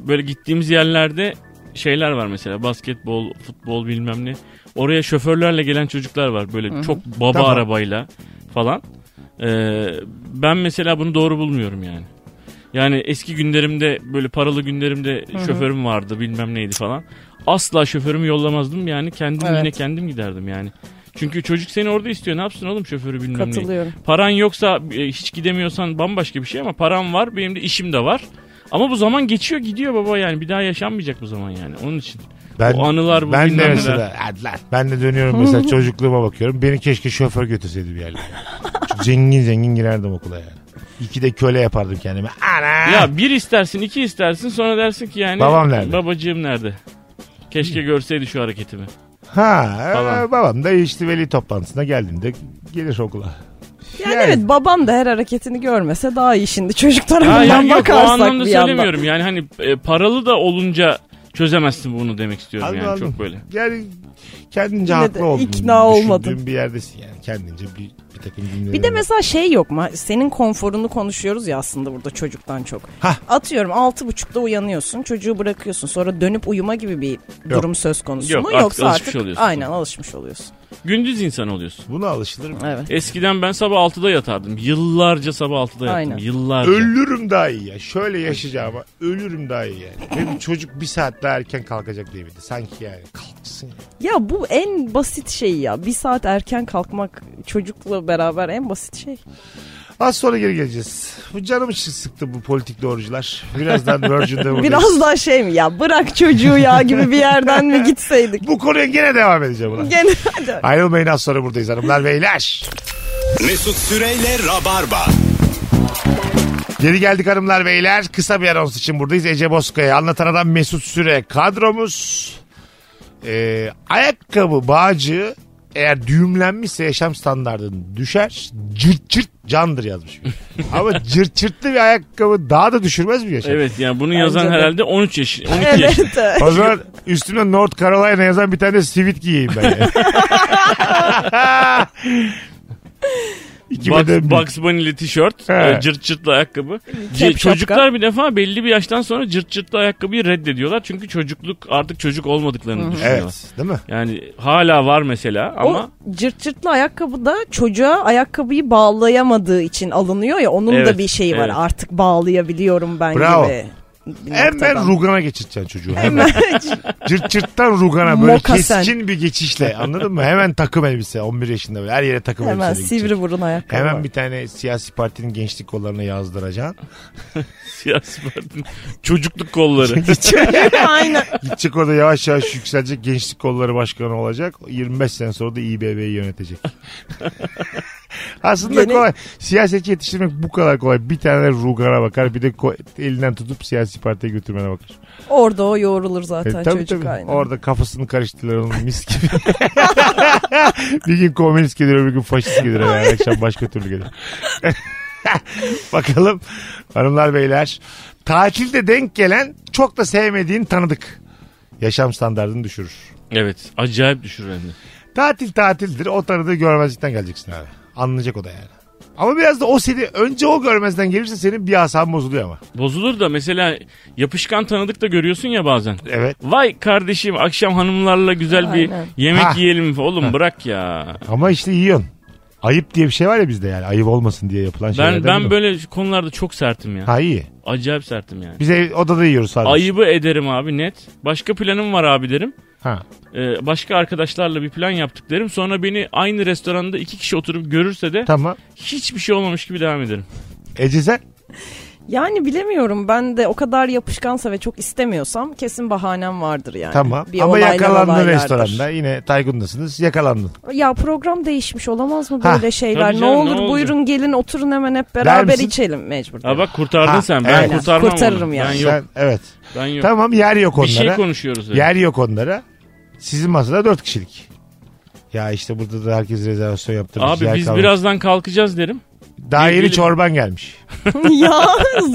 E: böyle gittiğimiz yerlerde şeyler var mesela basketbol, futbol bilmem ne. Oraya şoförlerle gelen çocuklar var böyle çok baba
C: Tamam.
E: arabayla falan. Ee, ben mesela bunu doğru bulmuyorum yani. Yani eski günlerimde böyle paralı günlerimde şoförüm vardı bilmem neydi falan. Asla şoförümü yollamazdım yani kendim
D: Evet.
E: yine kendim giderdim yani. Çünkü çocuk seni orada istiyor ne yapsın oğlum şoförü bilmem neyi.
D: Katılıyorum.
E: Paran yoksa e, hiç gidemiyorsan bambaşka bir şey ama param var benim de işim de var. Ama bu zaman geçiyor gidiyor baba yani bir daha yaşanmayacak bu zaman yani onun için.
C: Ben,
E: bu anılar, bu
C: ben de
E: bilmem neler.
C: mesela, hadi lan. ben de dönüyorum mesela çocukluğuma bakıyorum. Beni keşke şoför götürseydi bir yerlere. Çünkü zengin zengin girerdim okula yani. İki de köle yapardım kendime. Ana!
D: Ah.
E: Ya bir istersin iki istersin sonra dersin ki yani
C: Babam nerede?
E: babacığım nerede?
D: Hmm.
E: Keşke görseydi şu hareketimi.
C: Ha, e,
E: Babam.
C: babam da işte veli toplantısına geldiğinde gelir okula.
D: Yani, evet baban da her hareketini görmese daha iyi şimdi çocuk
E: Ha,
D: tarafından
E: yani yok, o
D: bakarsak
E: anlamda
D: bir yandan.
E: söylemiyorum yani hani e, paralı da olunca çözemezsin bunu demek istiyorum
C: Anladım,
E: yani
C: anladım.
E: çok böyle.
C: Yani kendince
D: Yine de
C: haklı oldun.
D: ikna olmadın.
C: Düşündüğün bir yerdesin yani. Kendince bir, bir takım cümleler.
D: Bir de mesela şey yok mu? Senin konforunu konuşuyoruz ya aslında burada çocuktan çok.
C: Hah.
D: Atıyorum altı buçukta uyanıyorsun çocuğu bırakıyorsun sonra dönüp uyuma gibi bir durum söz konusu
E: Yok,
D: mu?
E: artık
D: Yoksa
E: alışmış
D: artık
E: oluyorsun.
D: aynen alışmış oluyorsun.
E: Gündüz insan oluyorsun.
C: Buna alışılır mı?
D: Evet.
E: Eskiden ben sabah 6'da yatardım. Yıllarca sabah 6'da yattım.
D: Aynen.
E: Yıllarca.
C: Ölürüm daha iyi ya. Şöyle yaşayacağım ama ölürüm daha iyi yani. Benim çocuk bir saat daha erken kalkacak diye bir de. Sanki yani kalksın. ya.
D: Ya bu en basit şey ya. Bir saat erken kalkmak çocukla beraber en basit şey.
C: Az sonra geri geleceğiz. Bu canımı sıktı bu politik doğrucular. Birazdan Virgin'de buradayız.
D: Biraz daha şey mi ya bırak çocuğu ya gibi bir yerden mi gitseydik?
C: Bu konuya gene devam edeceğim ulan.
D: Gene hadi.
C: Ayrılmayın az sonra buradayız hanımlar beyler.
B: Mesut Süreyle Rabarba.
C: Geri geldik hanımlar beyler. Kısa bir anons için buradayız. Ece Bozkaya anlatan adam Mesut Süre kadromuz. Ee, ayakkabı bağcığı eğer düğümlenmişse yaşam standartın düşer. Cırt cırt candır yazmış. biri. Ama cırt cırtlı bir ayakkabı daha da düşürmez mi yaşam?
E: Evet yani bunu
D: Bence
E: yazan
D: de.
E: herhalde 13 yaş 12 yaş.
D: Evet.
C: O zaman Üstüne North Carolina yazan bir tane sivit giyeyim ben. Yani. İki
E: Bugs,
C: beden bir-
E: Bugs Bunny'li tişört,
C: He.
E: e, cırt cırtlı ayakkabı. C-
D: şapka.
E: çocuklar bir defa belli bir yaştan sonra cırt cırtlı ayakkabıyı reddediyorlar. Çünkü çocukluk artık çocuk olmadıklarını düşünüyorlar.
C: Evet değil mi?
E: Yani hala var mesela ama
D: O cırt cırtlı ayakkabı da çocuğa ayakkabıyı bağlayamadığı için alınıyor ya onun
E: Evet,
D: da bir şeyi var
E: evet.
D: artık bağlayabiliyorum ben
C: Bravo.
D: gibi. bir
C: Hemen
D: noktadan.
C: Rugan'a geçireceksin çocuğu. Hemen. Cırt cırttan Rugan'a böyle
D: Mokasen.
C: keskin bir geçişle anladın mı? Hemen takım elbise 11 yaşında böyle her yere takım
D: Hemen
C: elbise
D: sivri burun ayakkabı.
C: Hemen bir tane siyasi partinin gençlik kollarına yazdıracaksın.
E: siyasi partinin çocukluk kolları.
D: Aynen.
C: Gidecek orada yavaş yavaş yükselecek gençlik kolları başkanı olacak. 25 sene sonra da İBB'yi yönetecek. Aslında
D: Gene-
C: kolay. Siyasetçi yetiştirmek bu kadar kolay. Bir tane Rugan'a bakar bir de ko- elinden tutup siyasi partiye götürmene bakar.
D: Orada o yoğrulur
C: E,
D: zaten
C: tabii,
D: çocuk
C: tabii.
D: aynen.
C: Orada kafasını karıştırdılar onun mis gibi. bir gün komünist gelir öbür gün faşist gelir. Her akşam başka türlü gelir. Bakalım hanımlar beyler. Tatilde denk gelen çok da sevmediğin tanıdık. Yaşam standartını düşürür.
E: evet acayip düşürür hem de.
C: Tatil tatildir. O tanıdığı görmezlikten geleceksin abi. Anlayacak o da yani. Ama biraz da o seni önce o görmezden gelirse senin bir asan bozuluyor ama.
E: Bozulur da mesela yapışkan tanıdık da görüyorsun ya bazen.
C: Evet.
E: Vay kardeşim akşam hanımlarla güzel bir
D: Aynen.
E: yemek
C: Ha.
E: yiyelim. Oğlum bırak ya.
C: Ama işte yiyorsun. Ayıp diye bir şey var ya bizde yani. Ayıp olmasın diye yapılan şeyler.
E: Ben ben böyle konularda çok sertim ya.
C: Ha iyi.
E: Acayip sertim yani.
C: Biz ev, odada yiyoruz sadece.
E: Ayıbı ederim abi net. Başka planım var abi derim.
C: Ha.
E: Ee, başka arkadaşlarla bir plan yaptık derim. Sonra beni aynı restoranda iki kişi oturup görürse de
C: Tamam.
E: hiçbir şey olmamış gibi devam ederim.
C: Ece sen?
D: Yani bilemiyorum ben de o kadar yapışkansa ve çok istemiyorsam kesin bahanem vardır yani.
C: Tamam.
D: Bir
C: Ama
D: olaylar,
C: yakalandın
D: olaylardır.
C: restoranda. Yine Taygun'dasınız. Yakalandın.
D: Ya program değişmiş olamaz mı
C: Ha.
D: böyle şeyler?
E: Tabii
D: Ne
E: canım, ne
D: olur
E: olacak?
D: buyurun gelin oturun hemen hep
C: Der
D: beraber
C: misin?
D: içelim mecbur.
E: Ha bak kurtardın
C: Ha,
E: sen. Ben
C: evet.
E: kurtarmam
D: Kurtarırım
E: onu.
D: yani.
E: Ben yok.
C: Sen, evet.
E: Ben yok.
C: Tamam yer yok
E: bir
C: onlara.
E: şey konuşuyoruz. yani.
C: yer yok onlara. Sizin masada dört kişilik. Ya işte burada da herkes rezervasyon yaptırmış.
E: Abi
C: yer
E: biz
C: kalmamış.
E: birazdan kalkacağız derim.
C: Daha yeni
E: Birbiri-
C: çorban gelmiş.
D: ya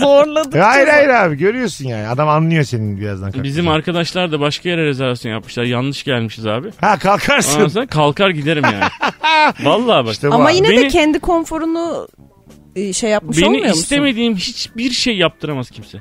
D: zorladık.
C: E, hayır hayır abi görüyorsun yani. Adam anlıyor senin birazdan. kalkacağını.
E: Bizim arkadaşlar da başka yere rezervasyon yapmışlar. Yanlış gelmişiz abi.
C: Ha kalkarsın.
E: Ondan sonra kalkar giderim yani. Vallahi bak.
C: İşte bu
D: Ama
C: abi.
D: yine de
E: Beni-
D: kendi konforunu e, şey yapmış
E: Beni
D: olmuyor musun?
E: istemediğim hiçbir şey yaptıramaz kimse.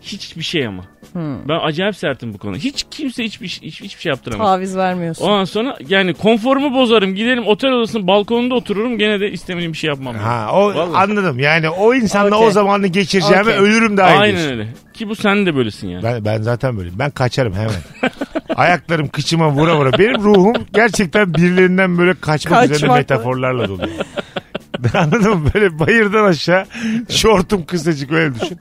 E: Hiçbir şey ama.
D: Hmm.
E: Ben acayip sertim bu konuda. Hiç kimse hiçbir hiç, hiçbir şey yaptıramaz.
D: Taviz vermiyorsun.
E: Ondan sonra yani konforumu bozarım. Giderim otel odasının balkonunda otururum. Gene de istemediğim bir şey yapmam.
C: Ha, o
E: Vallahi.
C: anladım. Yani o insanla
D: Okey.
C: o zamanı geçireceğime
D: Okey.
C: ölürüm daha iyi.
E: Aynen
C: diyorsun.
E: öyle. Ki bu sen de böylesin yani.
C: Ben, ben zaten böyleyim. Ben kaçarım hemen. Ayaklarım kıçıma vura vura. Benim ruhum gerçekten birilerinden böyle kaçmak
D: Kaçmak
C: üzerine
D: mı?
C: metaforlarla dolu. Anladın mı? Böyle bayırdan aşağı şortum kısacık öyle düşün.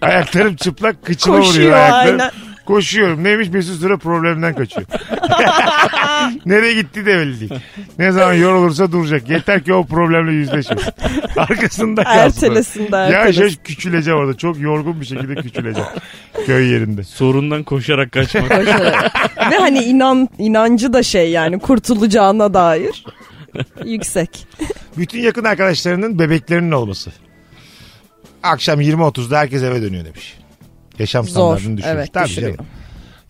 C: Ayaklarım çıplak kıçıma vuruyor
D: Koşuyor
C: ayaklarım.
D: aynen.
C: Koşuyorum. Neymiş Mesut Süre problemden kaçıyor. Nereye gitti de belli değil. Ne zaman yorulursa duracak. Yeter ki o problemle yüzleşmesin. Arkasında kalsın.
D: Ertelesin de
C: Yavaş
D: ertelesin.
C: yavaş şey, küçüleceğim orada. Çok yorgun bir şekilde küçüleceğim. Köy yerinde.
E: Sorundan koşarak kaçmak.
D: Başarı. Ve hani inan inancı da şey yani kurtulacağına dair yüksek.
C: Bütün yakın arkadaşlarının bebeklerinin olması. Akşam 20.30'da herkes eve dönüyor demiş. Yaşam
D: Zor.
C: standartını düşürmüş.
D: Evet
C: Tabii
D: düşürüyor.
C: canım.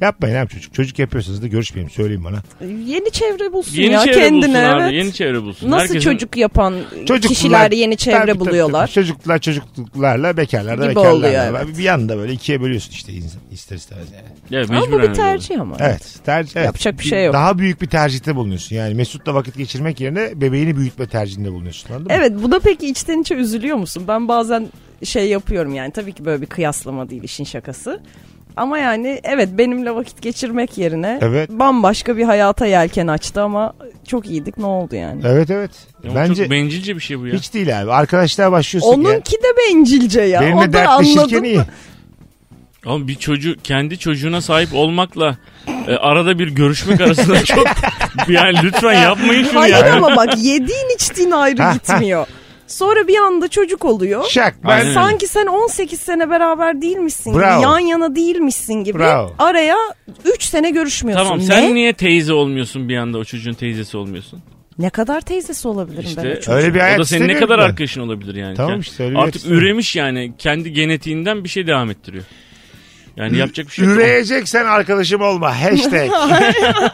C: Yapmayın abi çocuk. Çocuk yapıyorsanız da görüşmeyin söyleyin bana.
D: Yeni çevre bulsun
E: Yeni
D: ya
E: çevre
D: kendine.
E: bulsun abi.
D: evet.
E: Yeni çevre bulsun.
D: Nasıl
E: Herkesin-
D: çocuk yapan
C: Çocuklar,
D: kişiler yeni çevre
C: Tabii, tabii,
D: buluyorlar.
C: tabii. Çocuklar çocukluklarla bekarlar da
D: Gibi
C: bekarlarla.
D: oluyor,
C: var.
D: evet.
C: Bir yanda böyle ikiye bölüyorsun işte insan ister istemez yani.
D: Ama
E: Ya,
D: bu
E: mecburen
D: bir
E: öyle
D: tercih ama.
C: Evet. Tercih, evet.
D: Yapacak bir şey yok.
C: Daha büyük bir tercihte bulunuyorsun. Yani Mesut'la vakit geçirmek yerine bebeğini büyütme tercihinde bulunuyorsun. Anladın mı?
D: Evet bu da peki içten içe üzülüyor musun? Ben bazen şey yapıyorum yani tabii ki böyle bir kıyaslama değil işin şakası. Ama yani evet benimle vakit geçirmek yerine
C: Evet.
D: bambaşka bir hayata yelken açtı ama çok iyiydik ne oldu yani?
C: Evet evet.
E: oluyor. Ya, bu
C: Bence
E: Çok bencilce bir şey bu ya.
C: hiç değil abi. Arkadaşlar başlıyorsun ya.
D: Onunki de bencilce ya.
C: Benimle
D: o da anladım.
C: dertleşirken iyi.
E: Ama bir çocuğu kendi çocuğuna sahip olmakla e, arada bir görüşmek arasında çok yani lütfen yapmayın şunu
D: Hayır
E: ya.
D: ama bak yediğin içtiğin ayrı gitmiyor. Sonra bir anda çocuk oluyor.
C: Şak.
E: Aynen
C: Ben
E: öyle.
D: Sanki sen 18 sene beraber değilmişsin
C: Bravo.
D: gibi, yan yana değilmişsin gibi
C: Bravo.
D: araya 3 sene görüşmüyorsun.
E: Tamam
D: ne?
E: sen niye teyze olmuyorsun bir anda o çocuğun teyzesi olmuyorsun?
D: Ne kadar teyzesi olabilirim
E: İşte-
D: ben o çocuğun?
C: öyle bir hayat
E: o da senin ne
C: istemiyorum
E: kadar
C: ben.
E: arkadaşın olabilir yani.
C: Tamam
E: Yani
C: işte, öyle bir
E: Artık
C: yetiştirme.
E: üremiş yani kendi genetiğinden bir şey devam ettiriyor. Yani yapacak bir şey yok.
C: Üreyeceksen arkadaşım olma. Hashtag.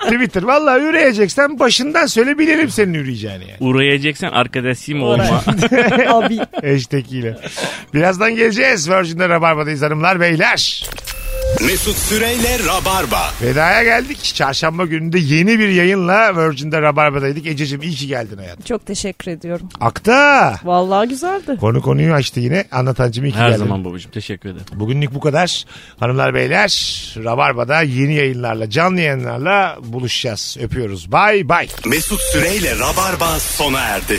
C: Twitter. Valla üreyeceksen başından söyle bilelim senin üreyeceğini yani.
E: Uğrayacaksan arkadaşım olma.
D: Abi
C: Hashtag ile. Birazdan geleceğiz. Virgin'de Rabarba'dayız hanımlar beyler.
B: Mesut Süreyle Rabarba.
C: Vedaya geldik. Çarşamba gününde yeni bir yayınla Virgin'de Rabarba'daydık. Ececiğim iyi ki geldin hayatım.
D: çok teşekkür ediyorum.
C: Akta.
D: Vallahi güzeldi.
C: Konu konuyu açtı yine. Anlatancım iyi ki
E: Her
C: geldin.
E: zaman babacığım teşekkür ederim.
C: Bugünlük bu kadar. Hanımlar beyler Rabarba'da yeni yayınlarla canlı yayınlarla buluşacağız. Öpüyoruz. Bay bay.
B: Mesut Süreyle Rabarba sona erdi.